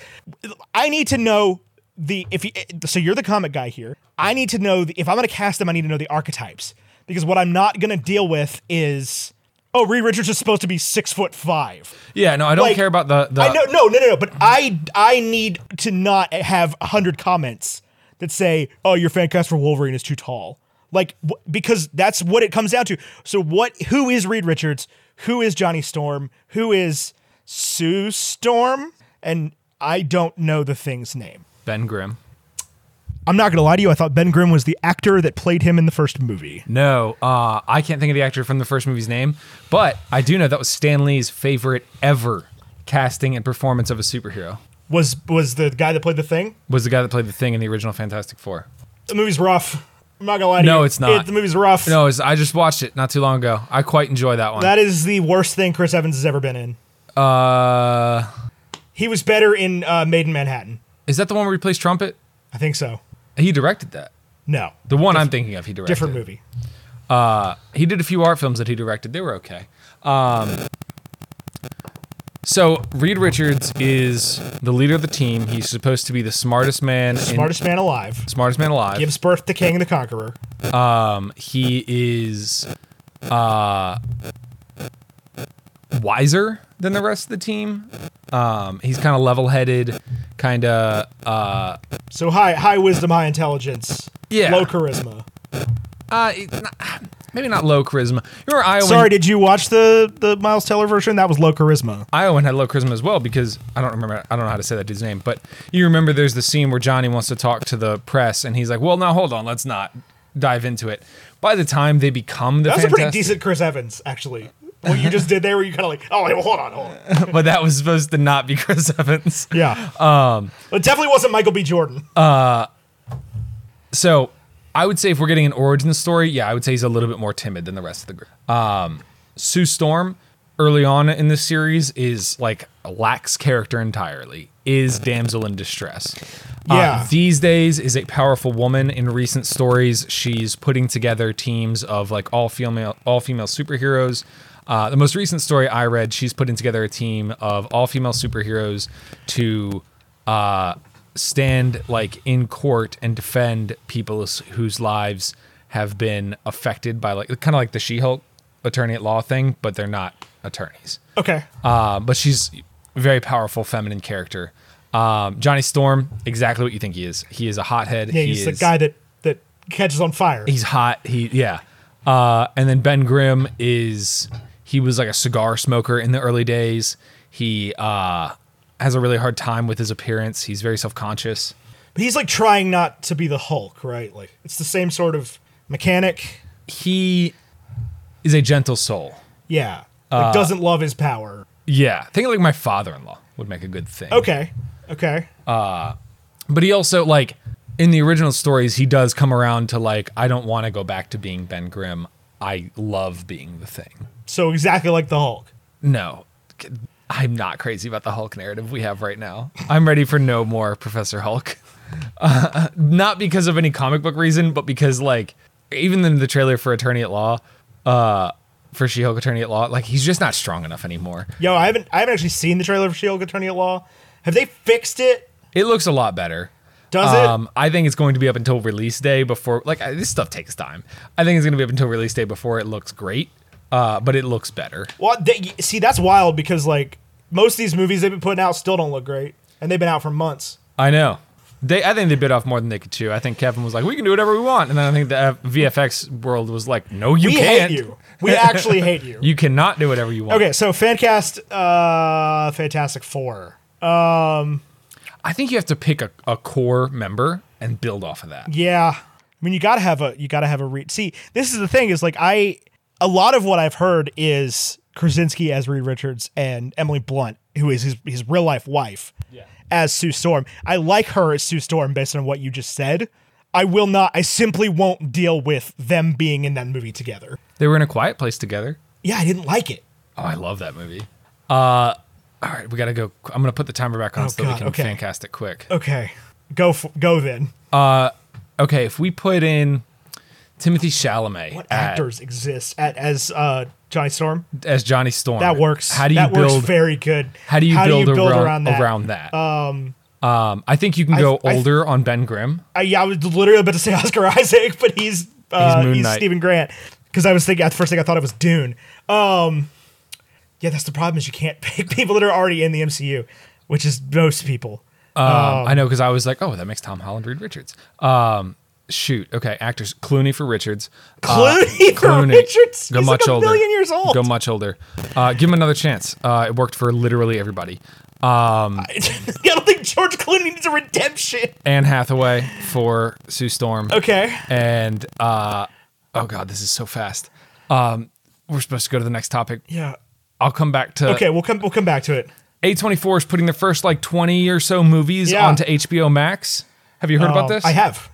S2: I need to know the if you, eh, so you're the comic guy here. I need to know the, if I'm going to cast them. I need to know the archetypes because what I'm not going to deal with is oh, Reed Richards is supposed to be six foot five.
S1: yeah, no, I don't
S2: like,
S1: care about the the.
S2: I know, no, no, no, no. But I, I need to not have a hundred comments that say, "Oh, your fan cast for Wolverine is too tall," like wh- because that's what it comes down to. So, what? Who is Reed Richards? Who is Johnny Storm? Who is Sue Storm? And I don't know the thing's name.
S1: Ben Grimm.
S2: I'm not gonna lie to you. I thought Ben Grimm was the actor that played him in the first movie.
S1: No, uh, I can't think of the actor from the first movie's name, but I do know that was Stan Lee's favorite ever casting and performance of a superhero.
S2: Was was the guy that played the thing?
S1: Was the guy that played the thing in the original Fantastic Four.
S2: The movie's rough. I'm not gonna lie to you.
S1: No, it's not.
S2: It- the movie's rough.
S1: No, it's, I just watched it not too long ago. I quite enjoy that one.
S2: That is the worst thing Chris Evans has ever been in.
S1: uh,
S2: He was better in uh, Made in Manhattan.
S1: is that the one where he plays trumpet?
S2: I think so.
S1: He directed that.
S2: No.
S1: The one I'm thinking of, he directed.
S2: Different movie.
S1: He did a few art films that he directed. They were okay. Um, so Reed Richards is the leader of the team. He's supposed to be the smartest man, in-
S2: Smartest man alive.
S1: smartest man alive.
S2: Gives birth to King the Conqueror.
S1: he is uh wiser than the rest of the team um he's kind of level-headed kind of uh
S2: So high, high wisdom, high intelligence.
S1: Yeah.
S2: Low charisma.
S1: uh it- not- maybe not low charisma you remember Iowan,
S2: Sorry, did you watch the the Miles Teller version? That was low charisma.
S1: Iowan had low charisma as well because I don't remember I don't know how to say that dude's name but you remember there's the scene where Johnny wants to talk to the press and he's like well now hold on let's not dive into it by the time they become the
S2: That was a pretty
S1: Fantastic- [LAUGHS]
S2: decent Chris Evans, actually. What you just did there, where you kind of like, oh, wait, well, hold on, hold on.
S1: but that was supposed to not be [LAUGHS] Chris Evans
S2: Yeah. Um. It definitely wasn't Michael B. Jordan.
S1: Uh, So I would say if we're getting an origin story, yeah, I would say he's a little bit more timid than the rest of the group. Um, Sue Storm, early on in this series, is like a lax character entirely, is damsel in distress. Uh,
S2: Yeah.
S1: these days is a powerful woman. In recent stories, she's putting together teams of like all female all female superheroes. Uh, the most recent story I read, she's putting together a team of all female superheroes to uh, stand like in court and defend people s- whose lives have been affected by like kind of like the She-Hulk attorney at law thing, but they're not attorneys.
S2: okay.
S1: Uh, but she's a very powerful feminine character. Um, Johnny Storm, exactly what you think he is. He is a hothead.
S2: yeah,
S1: he
S2: he's the
S1: is-
S2: guy that that catches on fire.
S1: He's hot. He yeah. Uh, and then Ben Grimm is he was like a cigar smoker in the early days. He uh, has a really hard time with his appearance. He's very self conscious.
S2: But he's like trying not to be the Hulk, right? Like it's the same sort of mechanic.
S1: He is a gentle soul.
S2: Yeah.
S1: Uh,
S2: Like doesn't love his power.
S1: Yeah, think of like my father in law would make a good thing.
S2: Okay. Okay.
S1: But he also like in the original stories, he does come around to like, I don't want to go back to being Ben Grimm. I love being the thing.
S2: so exactly like the Hulk.
S1: No, I'm not crazy about the Hulk narrative we have right now. I'm ready for no more Professor Hulk. [LAUGHS] Uh, not because of any comic book reason, but because like even in the trailer for Attorney at Law, uh, for She-Hulk Attorney at Law, like he's just not strong enough anymore.
S2: Yo, I haven't I haven't actually seen the trailer for She-Hulk Attorney at Law. Have they fixed it?
S1: It looks a lot better.
S2: Does
S1: Um, I think it's going to be up until release day before. Like I, this stuff takes time. I think it's going to be up until release day before it looks great. Uh, but it looks better.
S2: it? Well, they, see, that's wild because like most of these movies they've been putting out still don't look great, and they've been out for months.
S1: I know. They, I think they bit off more than they could chew. I think Kevin was like, "We can do whatever we want," and then I think the uh, F- VFX world was like, "No, you
S2: We
S1: can't.
S2: hate you. We actually hate you.
S1: [LAUGHS] You cannot do whatever you want."
S2: Okay, so Fancast, uh, Fantastic Four.
S1: I think you have to pick a, a core member and build off of that.
S2: Yeah, I mean, you gotta have a you gotta have a read. See, this is the thing is like I a lot of what I've heard is Krasinski as Reed Richards and Emily Blunt, who is his his real life wife, as Sue Storm. I like her as Sue Storm based on what you just said. I will not. I simply won't deal with them being in that movie together.
S1: They were in a quiet place together.
S2: Yeah, I didn't like it.
S1: Oh, I love that movie. Uh, all right, we gotta go. I'm gonna put the timer back on so that
S2: Oh, God,
S1: we can
S2: okay.
S1: fancast it quick.
S2: Okay, go f- go then.
S1: Okay, if we put in Timothy Chalamet
S2: What
S1: at-
S2: actors exist at, as uh, Johnny Storm?
S1: as Johnny Storm,
S2: That works.
S1: How do you
S2: that
S1: build?
S2: Works very good.
S1: how do you build, around,
S2: around that?
S1: around that? Um, I think you can go
S2: I-
S1: older on Ben Grimm.
S2: I, yeah, I was literally about to say [LAUGHS] Oscar Isaac, but he's uh,
S1: He's Moon
S2: he's,
S1: Knight.
S2: Stephen Grant because I was thinking at the first thing I thought it was Dune. Um, yeah, that's the problem is you can't [LAUGHS] pick people that are already in the MCU, which is most people. [LAUGHS]
S1: Um, I know because I was like, oh, that makes Tom Holland Reed Richards. Um, shoot, okay, actors Clooney for Richards. Uh,
S2: Clooney for Richards?
S1: Go
S2: He's
S1: much
S2: like a
S1: older.
S2: million years old.
S1: Go much older. Uh, give him another chance. Uh, it worked for literally everybody. Um,
S2: I don't think George Clooney needs a redemption.
S1: Anne Hathaway for Sue Storm.
S2: Okay,
S1: And uh, oh god, this is so fast. Um, we're supposed to go to the next topic.
S2: yeah,
S1: I'll come back to
S2: okay, we'll come we'll come back to it.
S1: A24 is putting their first like 20 or so movies
S2: Yeah.
S1: onto HBO Max. Have you heard about
S2: Um,
S1: this?
S2: I have.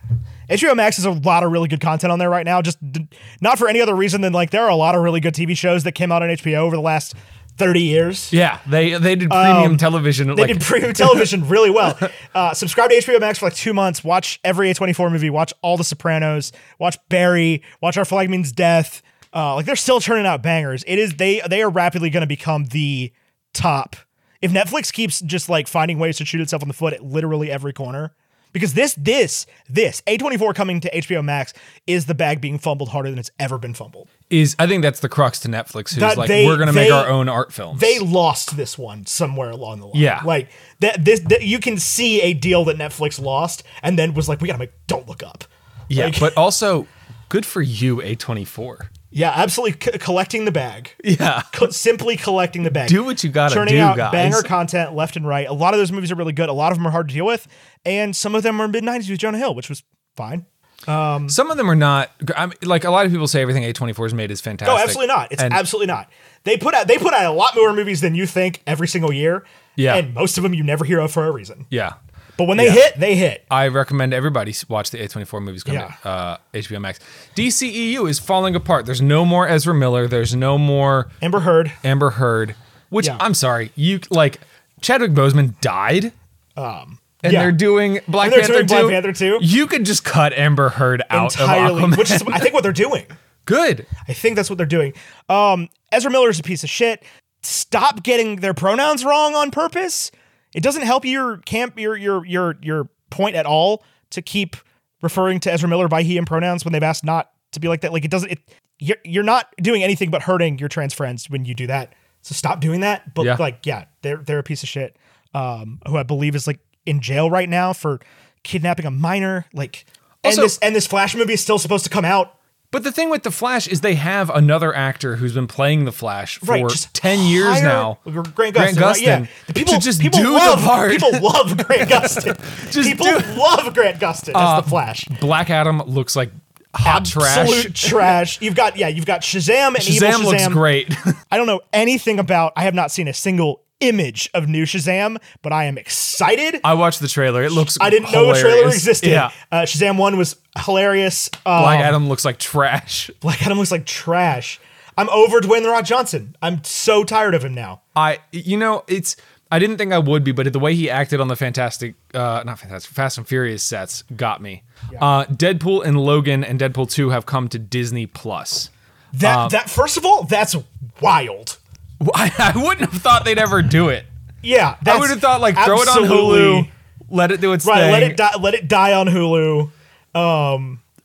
S2: HBO Max has a lot of really good content on there right now. Just d- not for any other reason than like there are a lot of really good TV shows that came out on HBO over the last thirty years.
S1: Yeah, they they did premium television.
S2: Um, They
S1: like,
S2: did premium [LAUGHS] television really well. Uh, subscribe to HBO Max for like two months. Watch every A24 movie. Watch all The Sopranos. Watch Barry. Watch Our Flag Means Death. Uh, like they're still turning out bangers. It is they they are rapidly going to become the top. If Netflix keeps just like finding ways to shoot itself in the foot at literally every corner, because this this this A24 coming to HBO Max is the bag being fumbled harder than it's ever been fumbled.
S1: is I think that's the crux to Netflix. Who's
S2: That
S1: like,
S2: they-
S1: we're gonna make
S2: they-
S1: our own art films.
S2: they lost this one somewhere along the line.
S1: Yeah.
S2: like that. This that you can see a deal that Netflix lost, and then was like, "We gotta make Don't Look Up."
S1: yeah,
S2: Like,
S1: but also good for you, A twenty four.
S2: yeah, absolutely c- collecting the bag.
S1: Yeah,
S2: [LAUGHS] Co- simply collecting the bag.
S1: Do what you gotta
S2: Churning
S1: do,
S2: out
S1: guys.
S2: banger content left and right. A lot of those movies are really good. A lot of them are hard to deal with, and some of them are mid '90s with Jonah Hill, which was fine.
S1: some of them are not. I'm, like a lot of people say, everything A twenty four has made is fantastic.
S2: No, Oh, absolutely not. It's
S1: And-
S2: absolutely not. They put out they put out a lot more movies than you think every single year.
S1: Yeah.
S2: and most of them you never hear of for a reason.
S1: Yeah,
S2: But when they hit, they hit.
S1: I recommend everybody s- watch the A24 movies coming
S2: Yeah.
S1: uh, HBO Max. DCEU is falling apart. There's no more Ezra Miller. There's no more
S2: Amber Heard.
S1: Amber Heard, which
S2: Yeah.
S1: I'm sorry, you like Chadwick Boseman died. Um, and
S2: yeah.
S1: they're doing Black
S2: And they're
S1: Panther
S2: doing Black
S1: 2.
S2: Panther 2.
S1: You could just cut Amber Heard out
S2: entirely,
S1: [LAUGHS] of Aquaman.
S2: which is I think what they're doing.
S1: good.
S2: I think that's what they're doing. Um, Ezra Miller's a piece of shit. Stop getting their pronouns wrong on purpose. It doesn't help your camp your your your your point at all to keep referring to Ezra Miller by he and pronouns when they've asked not to be like that. Like it doesn't. It you're you're not doing anything but hurting your trans friends when you do that. So stop doing that. But
S1: Yeah.
S2: like yeah, they're they're a piece of shit. Um, who I believe is like in jail right now for kidnapping a minor. Like
S1: Also-
S2: and this and this Flash movie is still supposed to come out.
S1: But the thing with the Flash is they have another actor who's been playing the Flash for
S2: right, just
S1: ten years
S2: hire
S1: now.
S2: Grant Gustin, right? Yeah, the people
S1: to just
S2: people
S1: do
S2: love,
S1: the part.
S2: People love
S1: [LAUGHS]
S2: Grant Gustin.
S1: Just
S2: people
S1: do-
S2: [LAUGHS] love Grant Gustin as the Flash.
S1: Black Adam looks like hot trash. [LAUGHS]
S2: Absolute trash. You've got yeah, you've got Shazam and
S1: Shazam,
S2: Evil Shazam.
S1: looks great. [LAUGHS]
S2: I don't know anything about. I have not seen a single image of new Shazam, but I am excited.
S1: I watched the trailer. It looks.
S2: I didn't know a trailer
S1: hilarious.
S2: existed.
S1: Yeah,
S2: Uh, Shazam one was hilarious. Um,
S1: Black Adam looks like trash.
S2: Black Adam looks [LAUGHS] like trash. I'm over Dwayne the Rock Johnson. I'm so tired of him now.
S1: I, you know, it's. I didn't think I would be, but the way he acted on the Fantastic, uh, not Fantastic, Fast and Furious sets got me. Uh, Deadpool and Logan and Deadpool Two have come to Disney Plus. [LAUGHS]
S2: That
S1: Uh,
S2: that first of all, that's wild.
S1: Wh- I, I wouldn't have thought they'd ever do it.
S2: Yeah,
S1: I would have thought like throw it on
S2: absolutely-
S1: Hulu, let it do its
S2: Right,
S1: thing.
S2: let it die, let it die on Hulu.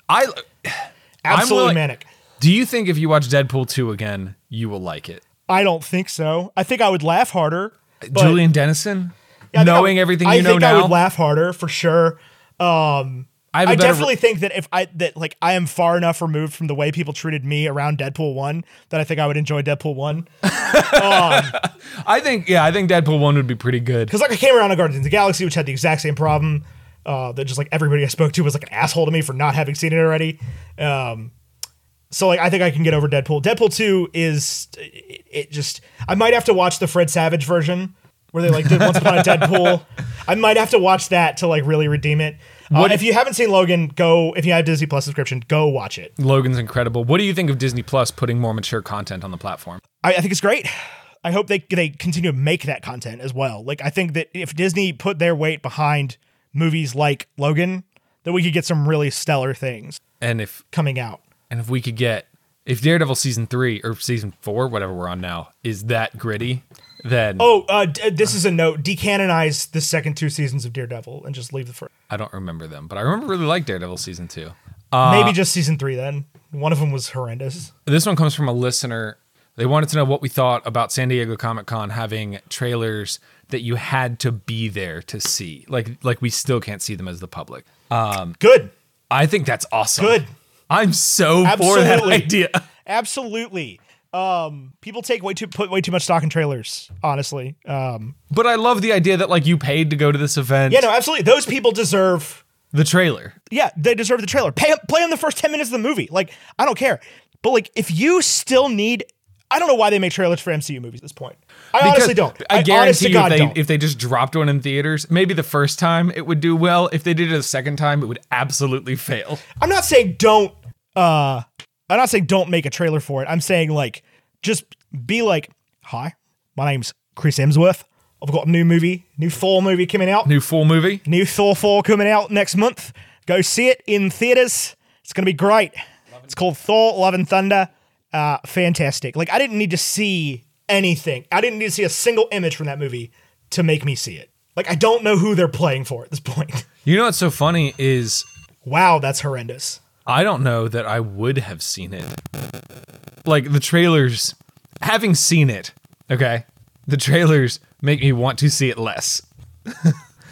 S1: I
S2: Absolutely
S1: willing-
S2: manic.
S1: do you think if you watch Deadpool Two again, you will like it?
S2: I don't think so. I think I would laugh harder. but-
S1: Julian Dennison,
S2: I think I
S1: knowing
S2: would-
S1: everything
S2: I
S1: you know
S2: think
S1: now,
S2: I would laugh harder for sure.
S1: I, have a
S2: I
S1: better-
S2: definitely think that if I that like I am far enough removed from the way people treated me around Deadpool one that I think I would enjoy Deadpool one
S1: I think yeah, I think Deadpool One would be pretty good.
S2: because like I came around on Guardians of the Galaxy, which had the exact same problem. Uh, that just like everybody I spoke to was like an asshole to me for not having seen it already. Um, so like I think I can get over Deadpool. Deadpool two is it, it just I might have to watch the Fred Savage version where they like did Once Upon a Deadpool. I might have to watch that to like really redeem it. Uh, if you haven't seen Logan, go if you have Disney Plus subscription, go watch it.
S1: Logan's incredible. What do you think of Disney Plus putting more mature content on the platform?
S2: I, I think it's great. I hope they they continue to make that content as well. Like I think that if Disney put their weight behind movies like Logan, that we could get some really stellar things
S1: And if
S2: coming out.
S1: and if we could get if Daredevil season three or season four, whatever we're on now, is that gritty, then
S2: Oh, uh, d- this is a note. Decanonize the second two seasons of Daredevil and just leave the first.
S1: I don't remember them, but I remember really like Daredevil season two.
S2: Maybe just season three then. One of them was horrendous.
S1: This one comes from a listener. They wanted to know what we thought about San Diego Comic Con having trailers that you had to be there to see. Like like we still can't see them as the public.
S2: Good.
S1: I think that's awesome.
S2: Good.
S1: I'm so for that
S2: Absolutely.
S1: idea. [LAUGHS]
S2: Absolutely. Um, people take way too put way too much stock in trailers. Honestly. Um,
S1: But I love the idea that like you paid to go to this event.
S2: yeah, no, absolutely. Those people deserve
S1: the trailer.
S2: yeah, they deserve the trailer. Pay, play on the first 10 minutes of the movie. Like, I don't care. But like if you still need I don't know why they make trailers for MCU movies at this point. I honestly don't.
S1: I,
S2: honest
S1: guarantee
S2: to
S1: you,
S2: God
S1: if they,
S2: don't.
S1: if they just dropped one in theaters, maybe the first time it would do well. If they did it a second time, it would absolutely fail.
S2: I'm not saying don't. Uh, I'm not saying don't make a trailer for it. I'm saying like just be like, hi, my name's Chris Emsworth. I've got a new movie, new Thor movie coming out.
S1: New full movie.
S2: New Thor 4 coming out next month. Go see it in theaters. It's going to be great. It's called Thor Love and Thunder. Uh, fantastic. Like, I didn't need to see anything. I didn't need to see a single image from that movie to make me see it. Like, I don't know who they're playing for at this [LAUGHS] point.
S1: You know what's so funny is
S2: wow, that's horrendous.
S1: I don't know that I would have seen it. Like the trailers, having seen it, okay, the trailers make me want to see it less. [LAUGHS]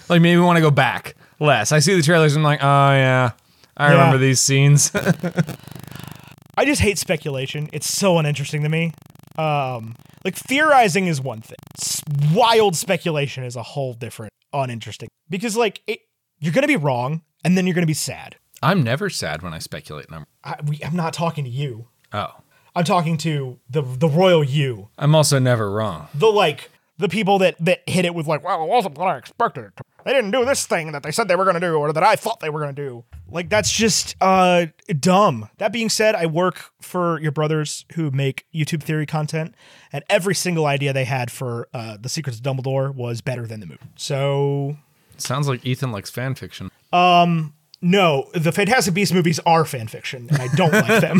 S1: like maybe want to go back less. I see the trailers, I'm like, oh yeah, I remember these scenes. [LAUGHS]
S2: I just hate speculation. It's so uninteresting to me. Um, like theorizing is one thing. S- wild speculation is a whole different uninteresting because like it, you're gonna be wrong and then you're gonna be sad.
S1: I'm never sad when I speculate. And I'm
S2: I, we, I'm not talking to you.
S1: oh,
S2: I'm talking to the the royal you,
S1: I'm also never wrong.
S2: the like the people that that hit it with like, well, it wasn't what I expected. They didn't do this thing that they said they were going to do or that I thought they were going to do. Like that's just uh dumb. That being said, I work for your brothers who make YouTube theory content, and every single idea they had for uh, the Secrets of Dumbledore was better than the movie. So
S1: sounds like Ethan likes fan fiction.
S2: no, the Fantastic Beasts movies are fan fiction, and I don't like them.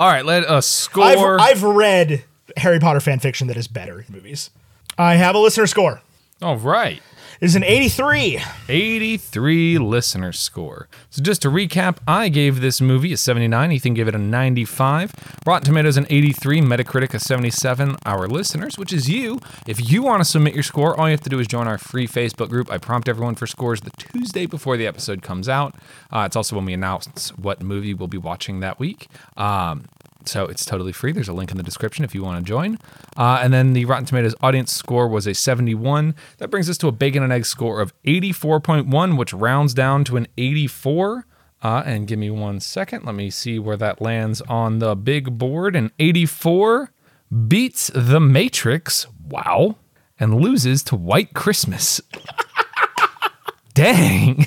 S1: All right, let us
S2: I've,
S1: score.
S2: I've read Harry Potter fan fiction that is better in movies. I have a listener score.
S1: All right.
S2: It is an 83.
S1: 83 listener score. So just to recap, I gave this movie a 79. Ethan gave it a 95. Rotten Tomatoes an 83. Metacritic a 77. Our listeners, which is you, if you want to submit your score, all you have to do is join our free Facebook group. I prompt everyone for scores the Tuesday before the episode comes out. Uh, it's also when we announce what movie we'll be watching that week. Um, so it's totally free. There's a link in the description if you want to join. Uh, and then the Rotten Tomatoes audience score was a 71. That brings us to a bacon and egg score of 84.1, which rounds down to an 84. Uh, and give me one second. Let me see where that lands on the big board. An 84 beats The Matrix. Wow. And loses to White Christmas. [LAUGHS] Dang.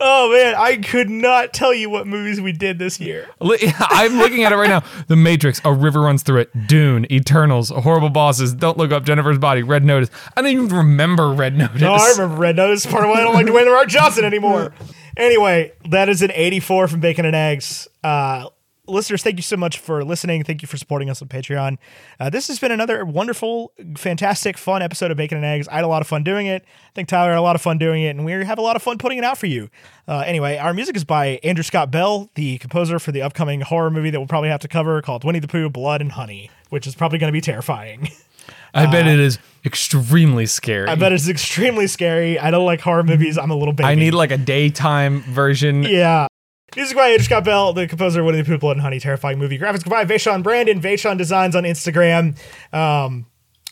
S2: Oh man, I could not tell you what movies we did this year.
S1: Li- [LAUGHS] I'm looking at it right now. The Matrix, A River Runs Through It, Dune, Eternals, Horrible Bosses, Don't Look Up, Jennifer's Body, Red Notice. I don't even remember Red Notice.
S2: Oh, I remember Red Notice. Part of why I don't like Dwayne The Rock
S1: [LAUGHS]
S2: Johnson anymore. Anyway, that is an 84 from Bacon and Eggs. Uh, listeners, thank you so much for listening. Thank you for supporting us on Patreon. Uh, this has been another wonderful, fantastic, fun episode of Bacon and Eggs. I had a lot of fun doing it. I think Tyler had a lot of fun doing it, and we have a lot of fun putting it out for you. Uh, anyway, our music is by Andrew Scott Bell, the composer for the upcoming horror movie that we'll probably have to cover called Winnie the Pooh, Blood and Honey, which is probably going to be terrifying. [LAUGHS]
S1: I bet it is extremely scary.
S2: I bet it's extremely scary. I don't like horror movies. I'm a little baby.
S1: I need like a daytime version.
S2: Yeah. Music by Andrew Scott Bell, the composer of Winnie the Pooh, Blood and Honey, terrifying movie. Graphics by Vaishon Brandon, Vaishon Designs on Instagram. Um,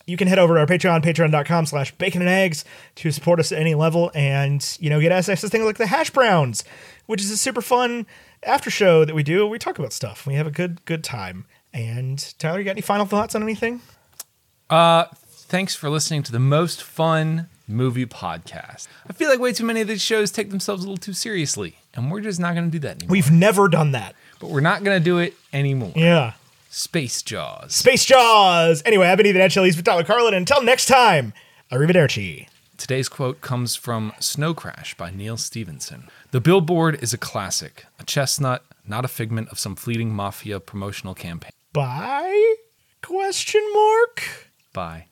S2: you can head over to our Patreon, patreon.com slash bacon and eggs to support us at any level and, you know, get access to things like the hash browns, which is a super fun after show that we do. We talk about stuff. We have a good, good time. And Tyler, you got any final thoughts on anything?
S1: Thanks for listening to the most fun movie podcast. I feel like way too many of these shows take themselves a little too seriously, and we're just not going to do that anymore.
S2: We've never done that.
S1: but we're not going to do it anymore.
S2: Yeah.
S1: Space Jaws.
S2: Space Jaws. Anyway, I've been Ethan Angelis with Tyler Carlin. Until next time, arrivederci.
S1: Today's quote comes from Snow Crash by Neil Stevenson. The billboard is a classic, a chestnut, not a figment of some fleeting mafia promotional campaign.
S2: Bye? Question mark.
S1: Bye.